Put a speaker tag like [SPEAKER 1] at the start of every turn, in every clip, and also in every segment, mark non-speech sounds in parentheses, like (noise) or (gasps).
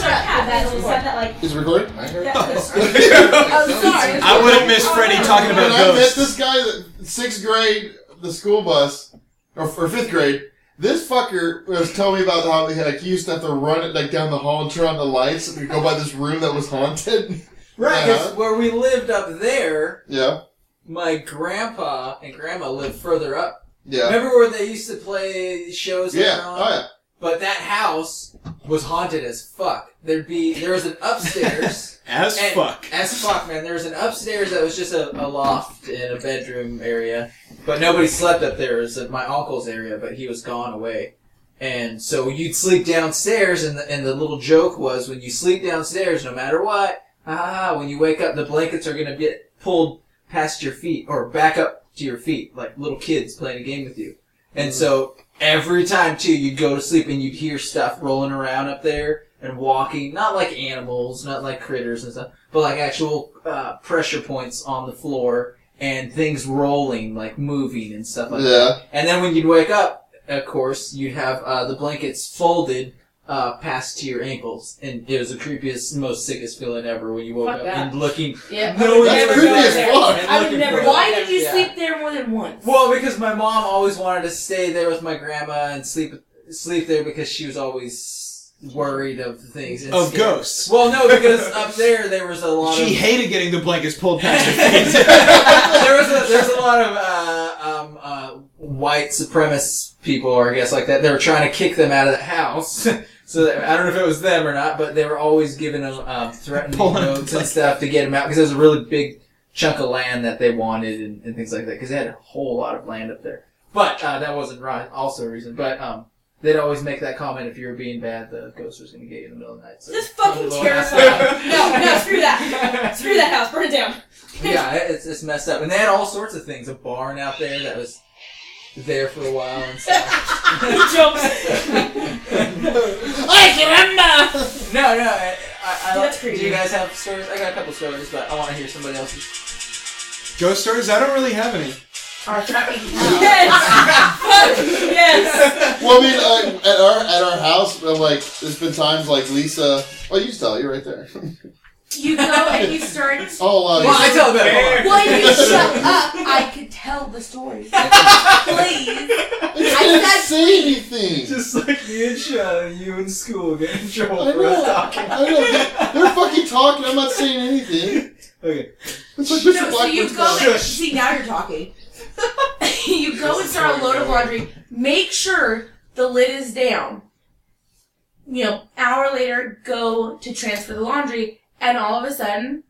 [SPEAKER 1] that said that like
[SPEAKER 2] Is it recording?
[SPEAKER 3] I heard
[SPEAKER 1] Yeah.
[SPEAKER 4] I'm sorry.
[SPEAKER 5] I would have missed Freddie talking
[SPEAKER 2] When
[SPEAKER 5] about
[SPEAKER 2] I met
[SPEAKER 5] ghosts.
[SPEAKER 2] this guy in sixth grade, the school bus, or, or fifth grade, this fucker was telling me about how like, he used to have to run it like down the hall and turn on the lights and we'd go by this room that was haunted. (laughs)
[SPEAKER 4] Right, 'cause
[SPEAKER 2] Uh-huh.
[SPEAKER 4] where we lived up there,
[SPEAKER 2] Yeah,
[SPEAKER 4] my grandpa and grandma lived further up.
[SPEAKER 2] yeah,
[SPEAKER 4] Remember where they used to play shows?
[SPEAKER 2] yeah.
[SPEAKER 4] And on?
[SPEAKER 2] Oh yeah.
[SPEAKER 4] But that house was haunted as fuck. There'd be there was an
[SPEAKER 2] (laughs)
[SPEAKER 4] upstairs
[SPEAKER 5] As
[SPEAKER 4] and-
[SPEAKER 5] fuck.
[SPEAKER 4] as fuck, man. There was an upstairs that was just a, a loft and a bedroom area, but nobody slept up there. It was at my uncle's area, but he was gone away. And so you'd sleep downstairs, and the, and the little joke was when you sleep downstairs, no matter what, ha ha ha, when you wake up, the blankets are gonna get pulled past your feet or back up to your feet, like little kids playing a game with you. And so every time too, you'd go to sleep and you'd hear stuff rolling around up there and walking, not like animals, not like critters and stuff, but like actual uh, pressure points on the floor and things rolling, like moving and stuff like that.
[SPEAKER 2] Yeah,
[SPEAKER 4] And then when you'd wake up, of course, you'd have uh, the blankets folded uh, past to your ankles, and it was the creepiest, most sickest feeling ever when you woke
[SPEAKER 1] Fuck
[SPEAKER 4] up
[SPEAKER 1] that.
[SPEAKER 4] and looking.
[SPEAKER 6] Yeah.
[SPEAKER 4] No,
[SPEAKER 6] I would
[SPEAKER 4] it's
[SPEAKER 6] never
[SPEAKER 2] creepy
[SPEAKER 6] go
[SPEAKER 2] as
[SPEAKER 6] there.
[SPEAKER 2] fuck.
[SPEAKER 4] and
[SPEAKER 1] I would
[SPEAKER 4] looking
[SPEAKER 1] never
[SPEAKER 4] for-
[SPEAKER 1] go
[SPEAKER 6] Why did you
[SPEAKER 4] Yeah.
[SPEAKER 6] sleep there more than once?
[SPEAKER 4] Well, because my mom always wanted to stay there with my grandma and sleep sleep there because she was always worried of things. And
[SPEAKER 5] Of
[SPEAKER 4] scared.
[SPEAKER 5] Oh, ghosts.
[SPEAKER 4] Well, no, because up there there was a lot
[SPEAKER 5] She
[SPEAKER 4] of
[SPEAKER 5] hated getting the blankets pulled
[SPEAKER 4] (laughs)
[SPEAKER 5] past her feet.
[SPEAKER 4] there was a, there's a lot of uh, um, uh, white supremacist people, or I guess like that. They were trying to kick them out of the house. (laughs) so that, I don't know if it was them or not, but they were always giving them um, threatening
[SPEAKER 5] Pulling them
[SPEAKER 4] notes and
[SPEAKER 5] like-
[SPEAKER 4] stuff to get them out because it was a really big chunk of land that they wanted and, and things like that because they had a whole lot of land up there. But uh, that wasn't right. Also a reason, but um. They'd always make that comment if you were being bad, the ghost was going to get you in the middle of the night. So
[SPEAKER 6] That's fucking
[SPEAKER 4] Well,
[SPEAKER 6] terrifying. No, no,
[SPEAKER 4] (laughs)
[SPEAKER 6] screw that. Screw that house. Burn it (laughs) down.
[SPEAKER 4] yeah, it- it's, it's messed up. And they had all sorts of things. A barn out there that was there for a while and stuff. (laughs)
[SPEAKER 6] He jumps. I remember.
[SPEAKER 4] no, no. I, I, I,
[SPEAKER 6] That's
[SPEAKER 4] do
[SPEAKER 6] creepy.
[SPEAKER 4] you guys have stories? I got a couple stories, but I want to hear somebody (laughs) else's.
[SPEAKER 5] Ghost stories? I don't really have any.
[SPEAKER 1] our fucking house.
[SPEAKER 6] Yes. Fuck yes.
[SPEAKER 4] Oh,
[SPEAKER 2] Well, I mean, uh, at our at our house, uh, like, there's been times like Lisa. Oh, you tell you right there. (laughs)
[SPEAKER 1] You go and you start.
[SPEAKER 2] Oh, uh,
[SPEAKER 4] Well, I tell
[SPEAKER 2] (laughs)
[SPEAKER 4] about it.
[SPEAKER 1] Well, if you (laughs) shut up, I could tell the story. Please.
[SPEAKER 2] it's
[SPEAKER 1] I
[SPEAKER 2] I didn't
[SPEAKER 1] said-
[SPEAKER 2] say anything.
[SPEAKER 4] (laughs) Just like me and Sean, you in school getting in trouble
[SPEAKER 2] I
[SPEAKER 4] for us
[SPEAKER 2] know.
[SPEAKER 4] talking.
[SPEAKER 2] I know. They're, they're fucking talking. I'm not saying anything.
[SPEAKER 4] (laughs) Okay.
[SPEAKER 2] It's like
[SPEAKER 1] No,
[SPEAKER 2] Mr.
[SPEAKER 1] so you
[SPEAKER 2] Blackbird's
[SPEAKER 1] go
[SPEAKER 2] dog.
[SPEAKER 1] and see now you're talking. (laughs) you go and start a load of laundry. Make sure the lid is down. You know, hour later, go to transfer the laundry, and all of a sudden,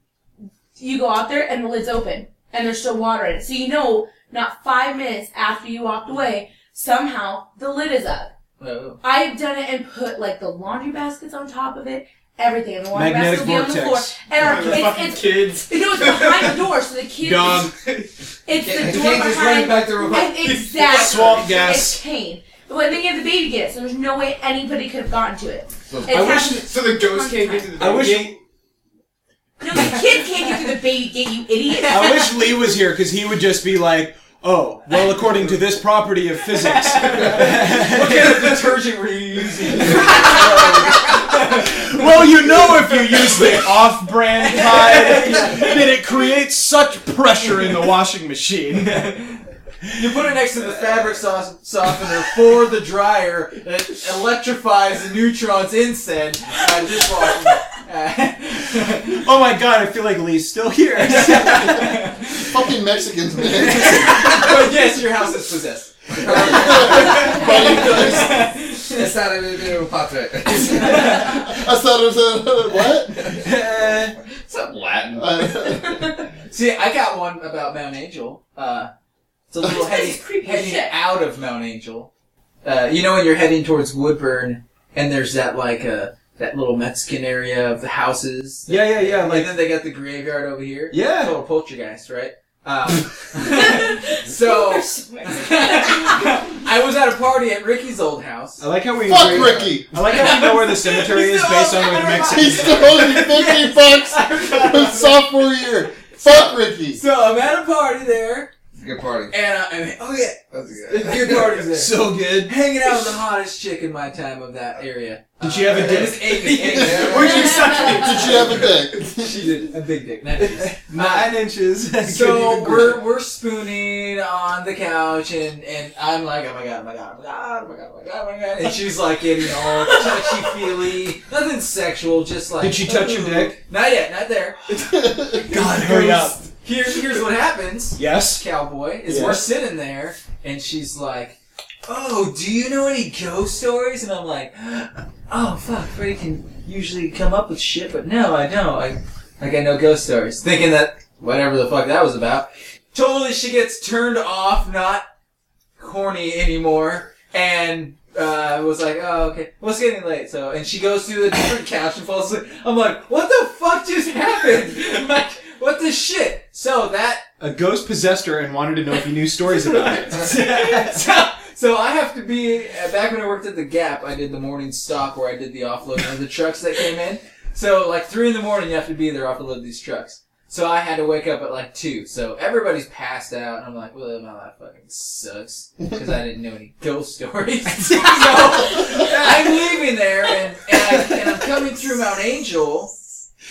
[SPEAKER 1] you go out there and the lid's open, and there's still water in it. So you know, not five minutes after you walked away, somehow the lid is up.
[SPEAKER 4] No.
[SPEAKER 1] I've done it and put like the laundry baskets on top of it, everything, and the laundry
[SPEAKER 5] Magnetic
[SPEAKER 1] basket will be on the floor.
[SPEAKER 5] vortex.
[SPEAKER 1] And our
[SPEAKER 7] fucking
[SPEAKER 1] kids, it's, (laughs)
[SPEAKER 7] kids.
[SPEAKER 1] you know, it's behind the door, so the kids,
[SPEAKER 5] Dumb.
[SPEAKER 1] it's
[SPEAKER 4] The
[SPEAKER 1] the door
[SPEAKER 4] kid just running
[SPEAKER 1] behind.
[SPEAKER 4] back to real quick.
[SPEAKER 1] And exactly,
[SPEAKER 5] Swamp gas.
[SPEAKER 1] It's pain. But then you have the baby get it, so there's no way anybody could have gotten to it. It's
[SPEAKER 5] I wish-
[SPEAKER 1] happened-
[SPEAKER 7] So the ghost can't get to the
[SPEAKER 5] I wish-
[SPEAKER 7] baby.
[SPEAKER 1] no, the kid can't get through the baby gate, you idiot. (laughs)
[SPEAKER 5] I wish Lee was here because he would just be like, oh, well, according to this property of physics.
[SPEAKER 4] What kind
[SPEAKER 5] (laughs)
[SPEAKER 4] of detergent were you using? (laughs)
[SPEAKER 5] well, you know, if you use the off
[SPEAKER 4] (laughs)
[SPEAKER 5] brand kind, then it creates such pressure in the washing machine.
[SPEAKER 4] (laughs) You put it next to the fabric sauce, softener for the dryer that electrifies the neutrons instead by dishwashing. Uh, (laughs)
[SPEAKER 5] Oh my god, I feel like Lee's still here. (laughs)
[SPEAKER 2] Fucking Mexicans, man. (laughs)
[SPEAKER 4] but yes, your house is possessed.
[SPEAKER 2] Funny guys.
[SPEAKER 3] It's not a bit of a pot
[SPEAKER 4] (laughs)
[SPEAKER 3] threat.
[SPEAKER 2] I thought it was a, what?
[SPEAKER 3] Something Latin.
[SPEAKER 2] Uh,
[SPEAKER 4] See, I got one about Mount Angel. Uh, it's a little heading,
[SPEAKER 6] This is creepy as
[SPEAKER 4] heading
[SPEAKER 6] shit.
[SPEAKER 4] out of Mount Angel. Uh, you know when you're heading towards Woodburn, and there's that like uh, that little Mexican area of the houses.
[SPEAKER 5] Yeah, yeah, yeah, like-
[SPEAKER 4] and then they got the graveyard over here.
[SPEAKER 5] yeah.
[SPEAKER 4] Total poltergeist, right? Um,
[SPEAKER 1] (laughs)
[SPEAKER 4] so. (laughs) I was at a party at Ricky's old house.
[SPEAKER 5] (laughs) I like how we.
[SPEAKER 2] fuck
[SPEAKER 5] agree-
[SPEAKER 2] Ricky.
[SPEAKER 5] I like how we know where the
[SPEAKER 4] (laughs)
[SPEAKER 5] cemetery is based on where the Mexican.
[SPEAKER 2] He still owes me
[SPEAKER 5] Oh.
[SPEAKER 4] (laughs)
[SPEAKER 2] fifty bucks from sophomore year. Fuck Ricky.
[SPEAKER 4] So I'm at a party there,
[SPEAKER 3] Good party.
[SPEAKER 4] And, I, and oh yeah,
[SPEAKER 3] That's good.
[SPEAKER 4] (laughs) good
[SPEAKER 5] (laughs)
[SPEAKER 4] parties there.
[SPEAKER 5] So good.
[SPEAKER 4] Hanging out with the hottest chick in my time of that area. Uh,
[SPEAKER 5] Did she have a
[SPEAKER 4] it
[SPEAKER 5] dick? (laughs)
[SPEAKER 4] was Amy, Amy.
[SPEAKER 5] Where'd you suck it?
[SPEAKER 2] Did she
[SPEAKER 5] (laughs)
[SPEAKER 2] have a dick?
[SPEAKER 4] she did a big dick. Not just-
[SPEAKER 5] Nine inches. (laughs)
[SPEAKER 4] (laughs) so we're we're spooning on the couch, and and I'm like, oh my god, oh my god, oh my god, oh my god, oh my god, oh my god, and she's like getting all touchy feely, nothing sexual, just like.
[SPEAKER 5] Did she touch your
[SPEAKER 4] ooh.
[SPEAKER 5] dick?
[SPEAKER 4] Not yet, not there.
[SPEAKER 5] God, hurry up.
[SPEAKER 4] Here, here's what happens,
[SPEAKER 5] Yes.
[SPEAKER 4] cowboy. Is
[SPEAKER 5] Yeah.
[SPEAKER 4] we're sitting there, and she's like, oh, do you know any ghost stories? And I'm like, oh fuck, Freddie can usually come up with shit, but no, I don't. I like I know ghost stories, thinking that whatever the fuck that was about. Totally, she gets turned off, not horny anymore, and uh, was like, "Oh, okay, well, it's getting late." So, and she goes to the different couch and falls asleep. I'm like, "What the fuck just happened? (laughs) like, what the shit?" So that
[SPEAKER 5] A ghost possessed her and wanted to know if you knew stories about
[SPEAKER 4] (laughs)
[SPEAKER 5] it. (laughs)
[SPEAKER 4] so, so I have to be uh, back when I worked at the Gap. I did the morning stock where I did the offloading of the trucks that came in. So like three in the morning, you have to be there offload these trucks. So I had to wake up at like two. So everybody's passed out, and I'm like, "Well, my life fucking sucks because I didn't know any ghost stories." (laughs) so I'm leaving there, and and, I, and I'm coming through Mount Angel.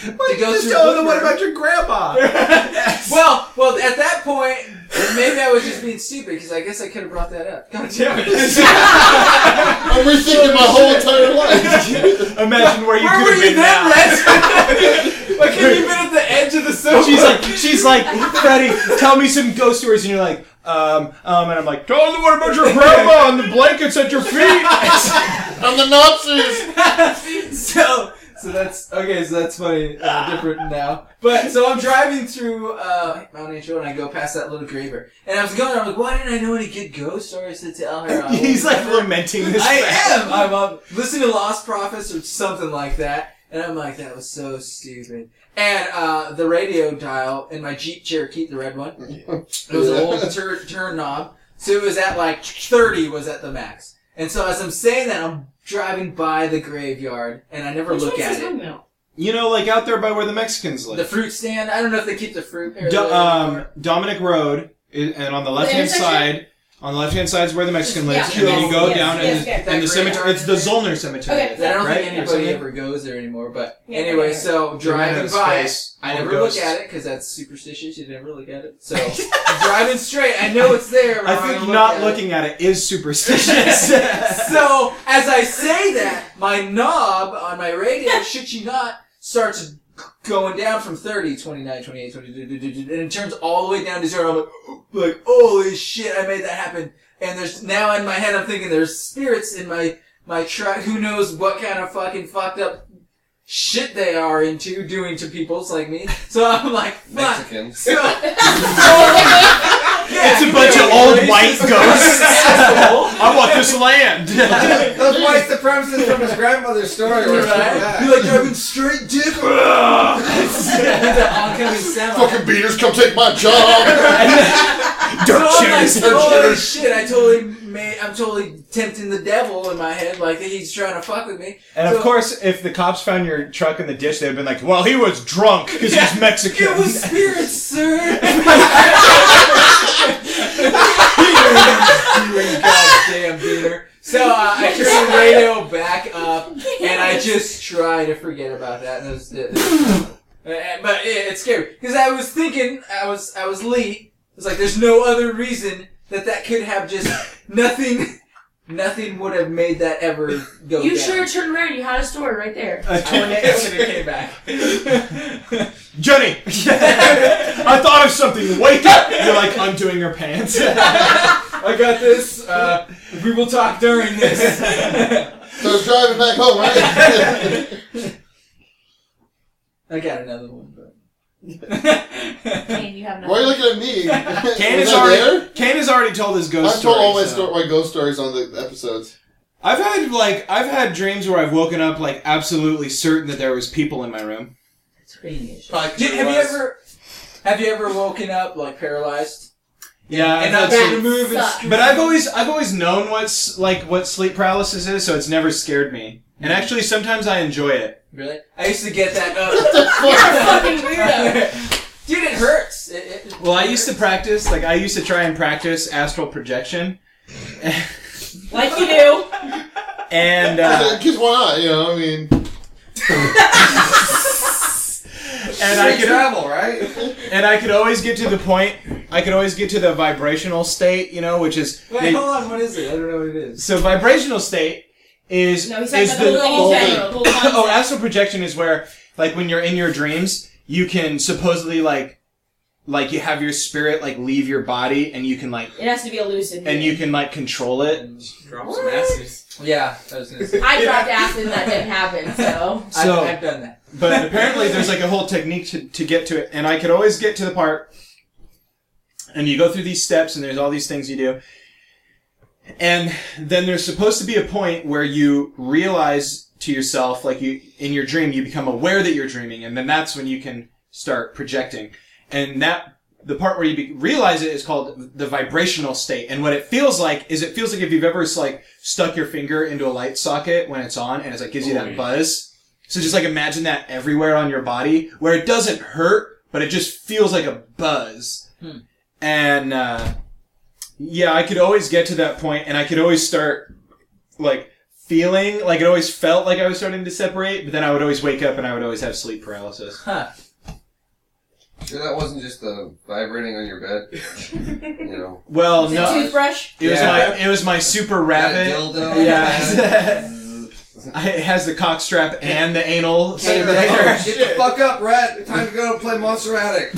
[SPEAKER 5] Why
[SPEAKER 4] The ghost
[SPEAKER 5] just
[SPEAKER 4] was
[SPEAKER 5] tell them what
[SPEAKER 4] whispering.
[SPEAKER 5] about your (laughs) grandpa?
[SPEAKER 4] (laughs) Well, well, at that point, maybe I was just being stupid because I guess I could have brought that up. God damn it!
[SPEAKER 2] I'm rethinking my whole entire
[SPEAKER 5] (laughs)
[SPEAKER 2] life.
[SPEAKER 5] (laughs) Imagine where you
[SPEAKER 4] Where
[SPEAKER 5] could
[SPEAKER 4] were
[SPEAKER 5] have
[SPEAKER 4] you
[SPEAKER 5] been
[SPEAKER 4] then,
[SPEAKER 5] now. (laughs)
[SPEAKER 4] Rex? (laughs) like, have you been at the edge of the sofa?
[SPEAKER 5] She's like, she's like, Freddie, tell me some ghost stories, and you're like, um, um, and I'm like, tell them what about your grandma and the blankets at your feet.
[SPEAKER 2] I'm the Nazis.
[SPEAKER 4] (laughs) so, so that's okay. So that's funny. Uh, different now. But so I'm driving through uh, Mount Angel and I go past that little graver, and I was going. I'm like, why didn't I know any good ghost stories to tell her? I
[SPEAKER 5] (laughs) (laughs)
[SPEAKER 4] won't
[SPEAKER 5] He's like
[SPEAKER 4] remember?"
[SPEAKER 5] lamenting this.
[SPEAKER 4] I
[SPEAKER 5] fact.
[SPEAKER 4] am. I'm up listening to Lost Prophets or something like that, and I'm like, that was so stupid. And uh, the radio dial in my Jeep Cherokee, the red one, it was an old tur- turn knob, so it was at like 30 was at the max. And so as I'm saying that, I'm driving by the graveyard, and I never look at it.
[SPEAKER 5] You know, like out there by where the Mexicans
[SPEAKER 4] The
[SPEAKER 5] live.
[SPEAKER 4] fruit stand. I don't know if they keep the fruit.
[SPEAKER 5] Do-
[SPEAKER 4] or the-
[SPEAKER 5] um, Dominic Road, i- and on the left hand
[SPEAKER 6] intersection?
[SPEAKER 5] side, on the left hand side is where the Mexican
[SPEAKER 6] Yeah.
[SPEAKER 5] lives, and then you go
[SPEAKER 6] Yes,
[SPEAKER 5] down
[SPEAKER 6] yes,
[SPEAKER 5] and,
[SPEAKER 6] yes.
[SPEAKER 5] and the
[SPEAKER 4] That
[SPEAKER 5] cemetery.
[SPEAKER 6] graveyard.
[SPEAKER 5] It's the Zollner Cemetery.
[SPEAKER 6] Okay.
[SPEAKER 4] I don't
[SPEAKER 5] right?
[SPEAKER 4] think anybody
[SPEAKER 5] Something?
[SPEAKER 4] ever goes there anymore. But
[SPEAKER 6] Yeah,
[SPEAKER 4] anyway,
[SPEAKER 6] yeah.
[SPEAKER 4] so driving
[SPEAKER 5] It's
[SPEAKER 4] by, it,
[SPEAKER 5] space,
[SPEAKER 4] I
[SPEAKER 5] all
[SPEAKER 4] never
[SPEAKER 5] ghosts.
[SPEAKER 4] look at it because that's superstitious. You never look at it.
[SPEAKER 6] (laughs)
[SPEAKER 4] So driving straight, I know it's there. but I'm
[SPEAKER 5] I think
[SPEAKER 4] gonna
[SPEAKER 5] not
[SPEAKER 4] look at
[SPEAKER 5] looking at it is superstitious. (laughs)
[SPEAKER 4] (laughs) it. So as I say that, my knob on my radio, shit you not, starts going down from 30, 29, 28, 22, and it turns all the way down to zero. I'm like, like, (gasps) holy shit, I made that happen. And there's now in my head, I'm thinking there's spirits in my my truck. Who knows what kind of fucking fucked up shit they are into doing to peoples like me. So I'm like, fuck.
[SPEAKER 3] Mexicans.
[SPEAKER 4] So, yeah,
[SPEAKER 5] (laughs) it's a bunch of
[SPEAKER 4] you
[SPEAKER 5] old
[SPEAKER 4] racist
[SPEAKER 5] white
[SPEAKER 4] (laughs) asshole.
[SPEAKER 5] ghosts. I want this
[SPEAKER 4] (laughs)
[SPEAKER 5] land.
[SPEAKER 3] Those white supremacists from his grandmother's story were
[SPEAKER 4] Right? You're like driving straight (laughs) dick. the oncoming sound.
[SPEAKER 2] Fucking beaters, come take my job.
[SPEAKER 5] Dirt
[SPEAKER 4] so I'm like,
[SPEAKER 5] shoes.
[SPEAKER 2] dirt
[SPEAKER 4] holy
[SPEAKER 2] shoes."
[SPEAKER 4] shit! I totally made. I'm totally tempting the devil in my head, like that he's trying to fuck with me.
[SPEAKER 5] And of
[SPEAKER 4] So-
[SPEAKER 5] course, if the cops found your truck in the ditch, they'd have been like, "Well, he was drunk because he's Mexican."
[SPEAKER 4] It was spirits, (laughs) sir. Goddamn Peter. So uh, I turn the radio back up, and I just try to forget about that. That was it. (laughs) Uh, But it, it's scary because I was thinking, I was, I was Lee. I was like, there's no other reason that that could have (laughs) just nothing. Nothing would have made that ever go.
[SPEAKER 1] You
[SPEAKER 4] down.
[SPEAKER 1] sure turned around. You had a story right there.
[SPEAKER 5] A
[SPEAKER 4] I wouldn't
[SPEAKER 5] tornado-
[SPEAKER 4] have it came back.
[SPEAKER 5] (laughs) Jenny, I thought of something. Wake up! You're like undoing her pants.
[SPEAKER 4] (laughs) I got this. Uh, (laughs) we will talk during this.
[SPEAKER 2] So I was driving back home, right? (laughs)
[SPEAKER 4] I got another one, (laughs) but.
[SPEAKER 1] Kane, you have
[SPEAKER 2] Why are you
[SPEAKER 1] nothing.
[SPEAKER 2] looking at me?
[SPEAKER 5] Kane
[SPEAKER 2] Was
[SPEAKER 5] has
[SPEAKER 2] I
[SPEAKER 5] already
[SPEAKER 2] there?
[SPEAKER 5] (laughs) Kane has already told his ghost
[SPEAKER 2] I've told all my,
[SPEAKER 5] story, so-
[SPEAKER 2] sto- my ghost stories on the
[SPEAKER 5] (laughs)
[SPEAKER 2] episodes.
[SPEAKER 5] I've had like I've had dreams where I've woken up like absolutely certain that there was people in my room.
[SPEAKER 1] It's crazy as shit.
[SPEAKER 4] Did- have you ever? Have you ever woken up like paralyzed
[SPEAKER 5] Yeah, I've
[SPEAKER 4] and
[SPEAKER 5] had
[SPEAKER 4] not been
[SPEAKER 5] some-
[SPEAKER 4] able to move? And
[SPEAKER 1] Sucks.
[SPEAKER 4] scream?
[SPEAKER 5] But I've always I've always known what's like what sleep paralysis is, so it's never scared me. And
[SPEAKER 4] Mm-hmm.
[SPEAKER 5] actually, sometimes I enjoy it.
[SPEAKER 4] (laughs) really, I used to get that
[SPEAKER 2] What the
[SPEAKER 4] up.
[SPEAKER 2] fuck?
[SPEAKER 1] Fucking weirdo.
[SPEAKER 4] Dude, it hurts. It, it,
[SPEAKER 5] Well, I used to practice, like, I used to try and practice astral projection. (laughs)
[SPEAKER 6] Like
[SPEAKER 4] (laughs)
[SPEAKER 6] you do.
[SPEAKER 2] (laughs)
[SPEAKER 5] and, uh,
[SPEAKER 2] Because why not? You know, I mean,
[SPEAKER 5] and I could.
[SPEAKER 3] travel, right?
[SPEAKER 5] And I could always get to the point. I could always get to the vibrational state, you know, which is
[SPEAKER 4] Wait,
[SPEAKER 5] they-
[SPEAKER 4] hold on. What is it? I don't know what it is.
[SPEAKER 5] so vibrational state is
[SPEAKER 6] No, he's talking
[SPEAKER 5] is
[SPEAKER 6] about the whole
[SPEAKER 2] whole
[SPEAKER 6] thing in general. the
[SPEAKER 5] (coughs)
[SPEAKER 6] whole
[SPEAKER 5] oh
[SPEAKER 6] concept.
[SPEAKER 5] astral projection is where like when you're in your dreams you can supposedly like like you have your spirit like leave your body and you can like
[SPEAKER 6] It has to be elusive.
[SPEAKER 5] and you can like control it.
[SPEAKER 4] And drop some asses.
[SPEAKER 3] Yeah, I was gonna say.
[SPEAKER 1] I dropped acid and that didn't happen, so.
[SPEAKER 5] (laughs) So-
[SPEAKER 4] I've, I've done that.
[SPEAKER 5] But apparently there's like a whole technique to, to get to it and I could always get to the part and you go through these steps and there's all these things you do. And then there's supposed to be a point where you realize to yourself, like you in your dream, you become aware that you're dreaming, and then that's when you can start projecting. And that the part where you be, realize it is called the vibrational state. And what it feels like is it feels like if you've ever like stuck your finger into a light socket when it's on, and it's like gives you that buzz. So just like imagine that everywhere on your body, where it doesn't hurt, but it just feels like a buzz. And uh, yeah, I could always get to that point, and I could always start like feeling like it always felt like I was starting to separate, but then I would always wake up and I would always have sleep paralysis.
[SPEAKER 6] (laughs)
[SPEAKER 4] Huh.
[SPEAKER 7] Sure, that wasn't just the vibrating on your bed. you
[SPEAKER 4] (laughs)
[SPEAKER 7] know,
[SPEAKER 2] Oh,
[SPEAKER 5] Well,
[SPEAKER 6] Is it
[SPEAKER 5] no,
[SPEAKER 6] toothbrush.
[SPEAKER 5] it was
[SPEAKER 3] Yeah.
[SPEAKER 5] my it was my super
[SPEAKER 7] That
[SPEAKER 5] rabbit.
[SPEAKER 4] (laughs)
[SPEAKER 7] dildo.
[SPEAKER 5] Yeah, it has the cock strap and the anal thing there.
[SPEAKER 3] shit.
[SPEAKER 7] Get the fuck up, rat! Time to go play
[SPEAKER 4] (laughs)
[SPEAKER 7] Monster Attic.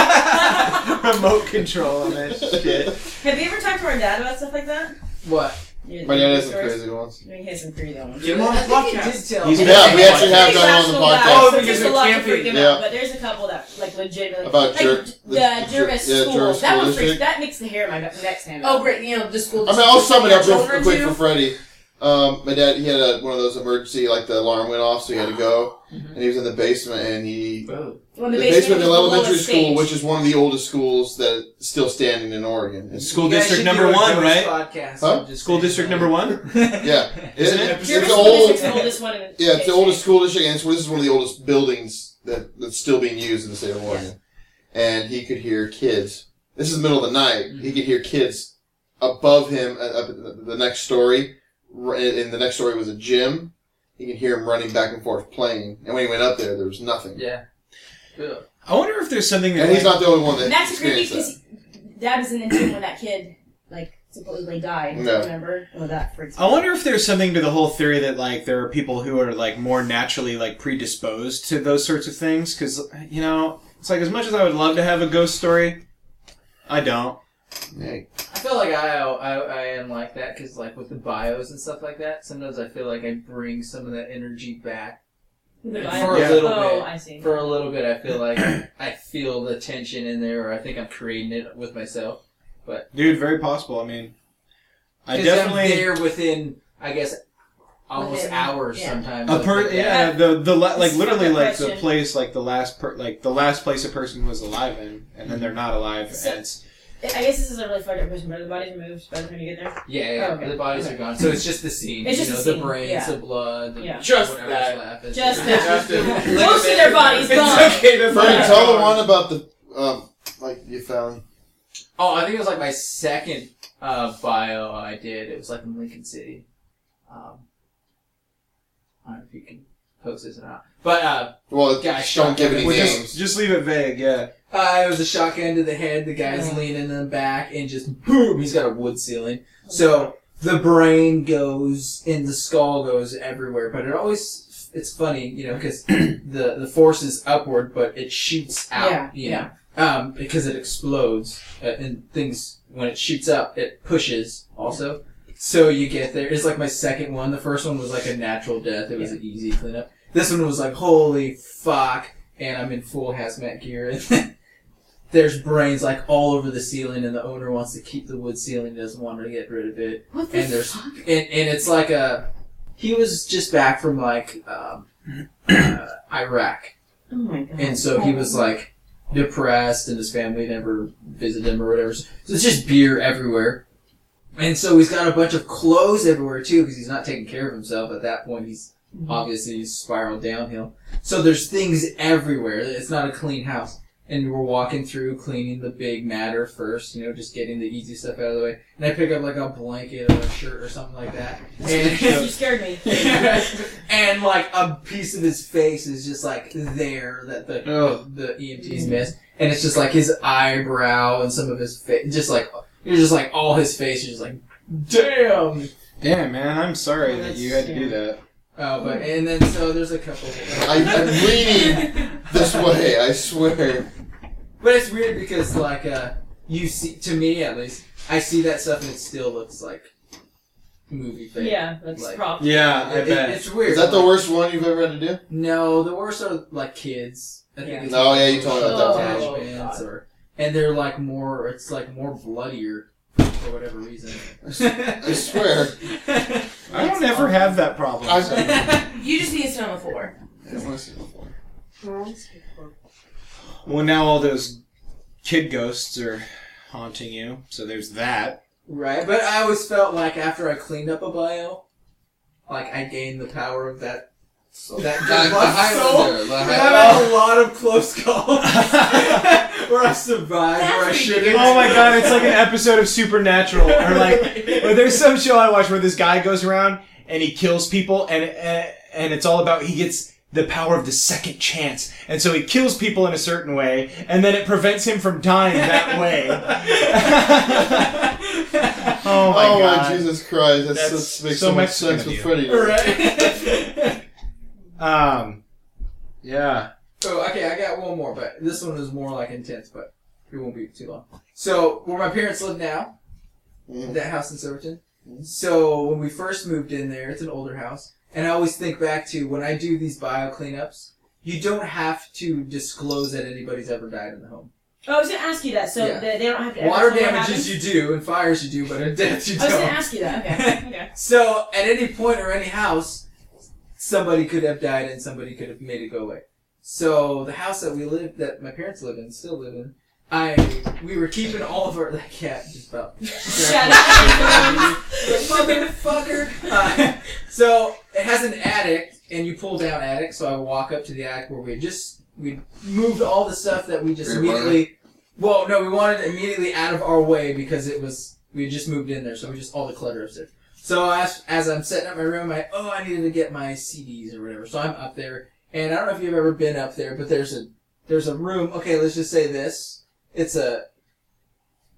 [SPEAKER 5] (laughs) Remote control on that shit.
[SPEAKER 6] Have you ever talked to our dad about stuff like that?
[SPEAKER 4] What?
[SPEAKER 6] You-
[SPEAKER 2] my dad has some
[SPEAKER 6] stories?
[SPEAKER 2] crazy ones.
[SPEAKER 6] I mean, he has some crazy ones.
[SPEAKER 4] Get him on the podcast. Did tell
[SPEAKER 5] He's
[SPEAKER 4] me.
[SPEAKER 2] Yeah, we actually have
[SPEAKER 6] Pretty
[SPEAKER 2] that on the
[SPEAKER 6] rational guy,
[SPEAKER 2] podcast.
[SPEAKER 3] Oh,
[SPEAKER 6] so
[SPEAKER 3] because
[SPEAKER 6] there's
[SPEAKER 3] it
[SPEAKER 6] a lot to
[SPEAKER 3] can't
[SPEAKER 6] freak
[SPEAKER 3] be-
[SPEAKER 6] him
[SPEAKER 2] yeah.
[SPEAKER 6] out, but there's a couple that like legit like,
[SPEAKER 2] About
[SPEAKER 6] like
[SPEAKER 2] Jer-
[SPEAKER 6] the,
[SPEAKER 2] the- the Jer-
[SPEAKER 6] Jervis
[SPEAKER 2] yeah,
[SPEAKER 6] school.
[SPEAKER 2] Jervis
[SPEAKER 6] that
[SPEAKER 2] school
[SPEAKER 6] one freaks.
[SPEAKER 2] district.
[SPEAKER 6] That makes the hair on my neck stand up.
[SPEAKER 1] Oh, great, you know, the school.
[SPEAKER 2] I mean, I'll sum it up real
[SPEAKER 1] Children
[SPEAKER 2] quick
[SPEAKER 1] do?
[SPEAKER 2] for Freddie. Um, my dad, he had a, one of those emergency, like the alarm went off, so he had to go, and he was in the basement, and he
[SPEAKER 4] Oh.
[SPEAKER 6] When
[SPEAKER 2] the,
[SPEAKER 6] the
[SPEAKER 2] basement of
[SPEAKER 6] is
[SPEAKER 2] an
[SPEAKER 6] below
[SPEAKER 2] elementary
[SPEAKER 6] a
[SPEAKER 2] school,
[SPEAKER 6] stage.
[SPEAKER 2] which is one of the oldest schools that is still standing in Oregon. It's,
[SPEAKER 5] School
[SPEAKER 4] You guys
[SPEAKER 5] district
[SPEAKER 4] should
[SPEAKER 5] number
[SPEAKER 4] do a
[SPEAKER 5] one,
[SPEAKER 4] Joe's
[SPEAKER 5] right?
[SPEAKER 4] Podcast.
[SPEAKER 2] Huh?
[SPEAKER 4] I'm just
[SPEAKER 5] School
[SPEAKER 4] saying.
[SPEAKER 5] district number one.
[SPEAKER 2] yeah, it,
[SPEAKER 5] Isn't it?
[SPEAKER 2] it's,
[SPEAKER 6] Jervis
[SPEAKER 2] the
[SPEAKER 6] school
[SPEAKER 2] old,
[SPEAKER 6] district's the oldest one. In the
[SPEAKER 2] yeah, it's the
[SPEAKER 6] state.
[SPEAKER 2] oldest school district, and it's, this is one of the oldest buildings that, that's still being used in the state of Oregon. And he could hear kids. This is the middle of the night. He could hear kids above him, uh, up at the the next story. r- And and the next story was a gym. He could hear him running back and forth playing. And when he went up there, there was nothing.
[SPEAKER 4] Yeah. Ugh.
[SPEAKER 5] I wonder if there's something. That
[SPEAKER 2] And he's
[SPEAKER 5] like-
[SPEAKER 2] not the only one that
[SPEAKER 6] And that's creepy
[SPEAKER 2] experienced that.
[SPEAKER 6] because dad was in the gym when that kid like supposedly died.
[SPEAKER 2] No.
[SPEAKER 6] Remember? Oh, that freaks. me
[SPEAKER 5] I
[SPEAKER 6] out.
[SPEAKER 5] wonder if there's something to the whole theory that like there are people who are like more naturally like predisposed to those sorts of things because you know it's like as much as I would love to have a ghost story, I don't.
[SPEAKER 2] Hey.
[SPEAKER 4] I feel like I, I I am like that because like with the bios and stuff like that, sometimes I feel like I bring some of that energy back
[SPEAKER 6] Who
[SPEAKER 4] for
[SPEAKER 6] died?
[SPEAKER 4] a
[SPEAKER 5] Yeah.
[SPEAKER 4] little
[SPEAKER 6] Oh,
[SPEAKER 4] bit.
[SPEAKER 6] I see.
[SPEAKER 4] For a little bit, I feel like I feel the tension in there, or I think I'm creating it with myself.
[SPEAKER 5] Dude, very possible. I mean, I
[SPEAKER 4] 'Cause I'm
[SPEAKER 5] definitely
[SPEAKER 4] there within, I guess, almost
[SPEAKER 6] Within,
[SPEAKER 4] hours
[SPEAKER 6] yeah.
[SPEAKER 4] sometimes.
[SPEAKER 5] a
[SPEAKER 4] of
[SPEAKER 5] per
[SPEAKER 4] the day.
[SPEAKER 5] yeah the the la- like
[SPEAKER 6] It's
[SPEAKER 5] literally
[SPEAKER 6] not that
[SPEAKER 5] like the
[SPEAKER 6] question.
[SPEAKER 5] place like the last per- like the last place a person was alive in and then they're not alive
[SPEAKER 6] So-
[SPEAKER 5] and it's,
[SPEAKER 6] I guess this is a really fucked up question, but the body's moved by the time you get there.
[SPEAKER 4] Yeah, yeah,
[SPEAKER 6] Oh, okay.
[SPEAKER 4] the bodies are gone, so it's just the scene.
[SPEAKER 6] It's
[SPEAKER 4] you
[SPEAKER 6] just
[SPEAKER 4] know,
[SPEAKER 6] the
[SPEAKER 4] the
[SPEAKER 6] scene,
[SPEAKER 4] brains,
[SPEAKER 6] yeah.
[SPEAKER 4] the blood, the
[SPEAKER 6] Yeah.
[SPEAKER 4] just
[SPEAKER 3] Just
[SPEAKER 4] whatever's
[SPEAKER 3] that.
[SPEAKER 4] left. It's
[SPEAKER 6] Just
[SPEAKER 4] (laughs) just-
[SPEAKER 3] Just
[SPEAKER 6] that. (laughs)
[SPEAKER 3] that.
[SPEAKER 6] Most of their body's gone.
[SPEAKER 3] It's okay to
[SPEAKER 2] Freddie,
[SPEAKER 6] Yeah.
[SPEAKER 2] tell the one about the, um, like, you found.
[SPEAKER 4] Oh, I think it was like my second uh, bio I did. It was like in Lincoln City. Um, I don't know if you can post this or not, but uh,
[SPEAKER 2] Well,
[SPEAKER 4] Yeah, I
[SPEAKER 2] don't
[SPEAKER 4] shot
[SPEAKER 2] give
[SPEAKER 4] him.
[SPEAKER 2] any
[SPEAKER 5] well,
[SPEAKER 4] We're
[SPEAKER 2] names.
[SPEAKER 5] just just leave it vague. Yeah,
[SPEAKER 4] uh, it was a shotgun to the head. The guy's
[SPEAKER 6] Yeah.
[SPEAKER 4] leaning in the back, and just boom, he's got a wood ceiling. So the brain goes and the skull goes everywhere, but it always it's funny, you know, because (clears throat) the the force is upward, but it shoots out,
[SPEAKER 6] Yeah,
[SPEAKER 4] you know, um, because it explodes uh, and things when it shoots up, it pushes also. So you get there. It's like my second one. The first one was like a natural death. It was an easy cleanup. This one was like holy fuck, and I'm in full hazmat gear. (laughs) And there's brains like all over the ceiling, and the owner wants to keep the wood ceiling. Doesn't want to get rid of it
[SPEAKER 1] What the
[SPEAKER 4] and there's
[SPEAKER 1] fuck?
[SPEAKER 4] and, and it's like a he was just back from like um, (clears throat) uh, Iraq,
[SPEAKER 6] Oh (laughs) my god.
[SPEAKER 4] and so he was like depressed, and his family never visited him or whatever. So it's just beer everywhere, and so he's got a bunch of clothes everywhere too because he's not taking care of himself at that point. He's obviously he's spiraled downhill, so there's things everywhere. It's not a clean house. and we're walking through cleaning the big matter first, you know, just getting the easy stuff out of the way. And I pick up like a blanket or a shirt or something like that.
[SPEAKER 6] you
[SPEAKER 4] And
[SPEAKER 6] scared me.
[SPEAKER 4] (laughs) and like a piece of his face is just like there that the
[SPEAKER 5] Ugh.
[SPEAKER 4] the E EMTs missed, and it's just like his eyebrow and some of his face, just like you're just like all his face is just like, damn.
[SPEAKER 5] Damn, man, I'm sorry
[SPEAKER 6] Oh,
[SPEAKER 5] that
[SPEAKER 6] that's
[SPEAKER 5] you had to do that.
[SPEAKER 4] Oh, but and then so there's a couple.
[SPEAKER 2] I, I'm leaning this way, I swear.
[SPEAKER 4] But it's weird because like uh, you see, to me at least, I see that stuff and it still looks like movie thing.
[SPEAKER 6] yeah, that's
[SPEAKER 4] Like-
[SPEAKER 6] probably.
[SPEAKER 5] Yeah, I
[SPEAKER 4] It-
[SPEAKER 5] bet.
[SPEAKER 4] it's weird.
[SPEAKER 2] Is that the worst one you've ever had to do?
[SPEAKER 4] No, the worst are like kids. I think
[SPEAKER 6] Yeah.
[SPEAKER 4] it's
[SPEAKER 2] No,
[SPEAKER 4] like
[SPEAKER 2] yeah, you told me about
[SPEAKER 6] that one.
[SPEAKER 4] attachments
[SPEAKER 6] Oh,
[SPEAKER 4] or and they're like more. It's like more bloodier for whatever reason.
[SPEAKER 2] I swear.
[SPEAKER 5] I don't ever have that problem. (laughs)
[SPEAKER 2] I-
[SPEAKER 5] so-
[SPEAKER 1] (laughs) You just need to sit on the floor.
[SPEAKER 2] I don't want to see it before.
[SPEAKER 5] Well, now all those kid ghosts are haunting you, so there's that.
[SPEAKER 4] (laughs) Right, but I always felt like after I cleaned up a bio, like I gained the power of that.
[SPEAKER 7] So,
[SPEAKER 4] That
[SPEAKER 7] God,
[SPEAKER 4] guy
[SPEAKER 7] the
[SPEAKER 4] was so-
[SPEAKER 7] Highlander, the
[SPEAKER 4] I've
[SPEAKER 7] Highlander.
[SPEAKER 4] had a lot of close
[SPEAKER 2] (laughs)
[SPEAKER 4] calls where I survived, where I
[SPEAKER 1] That's
[SPEAKER 4] shouldn't.
[SPEAKER 5] Oh my god, it's like an
[SPEAKER 4] (laughs)
[SPEAKER 5] episode of Supernatural, or like, or there's some show I watch where this guy goes around and he kills people, and and, and it's all about he gets the power of the second chance, and so he kills people in a certain way, and then it prevents him from dying that way. (laughs) oh my
[SPEAKER 2] oh
[SPEAKER 5] god.
[SPEAKER 2] my Jesus Christ, that's,
[SPEAKER 5] That's
[SPEAKER 2] that makes
[SPEAKER 5] so
[SPEAKER 2] so, much
[SPEAKER 5] Mexican
[SPEAKER 2] sense
[SPEAKER 5] of
[SPEAKER 2] with
[SPEAKER 5] you.
[SPEAKER 2] Freddy.
[SPEAKER 4] (laughs)
[SPEAKER 2] (laughs)
[SPEAKER 4] Right.
[SPEAKER 5] Um, yeah.
[SPEAKER 4] oh, okay, I got one more, but this one is more like intense, but it won't be too long. So, where my parents live now,
[SPEAKER 2] Mm.
[SPEAKER 4] that house in Silverton. So, when we first moved in there, it's an older house, and I always think back to when I do these bio cleanups, you don't have to disclose that anybody's ever died in the home.
[SPEAKER 6] Oh, I was gonna ask you that, so
[SPEAKER 4] Yeah.
[SPEAKER 6] that they don't have to.
[SPEAKER 4] Water
[SPEAKER 6] every time it
[SPEAKER 4] damages
[SPEAKER 6] happens-
[SPEAKER 4] you do, and fires you do, but in death you
[SPEAKER 6] I was gonna
[SPEAKER 4] don't.
[SPEAKER 6] ask you that. (laughs) Okay. okay.
[SPEAKER 4] So at any point or any house, somebody could have died and somebody could have made it go away. So the house that we lived, that my parents live in, still live in, I we were keeping all of our that cat just about
[SPEAKER 6] (laughs) Shut up.
[SPEAKER 4] motherfucker. Uh, (laughs) so it has an attic, and you pull down attic. So I walk up to the attic where we just we moved all the stuff that we just
[SPEAKER 7] Your
[SPEAKER 4] immediately. Well, no, we wanted it immediately out of our way because it was we had just moved in there, so we just all the clutter upstairs. So as as I'm setting up my room, I oh I needed to get my CDs or whatever. So I'm up there, and I don't know if you've ever been up there, but there's a there's a room. Okay, let's just say this. It's a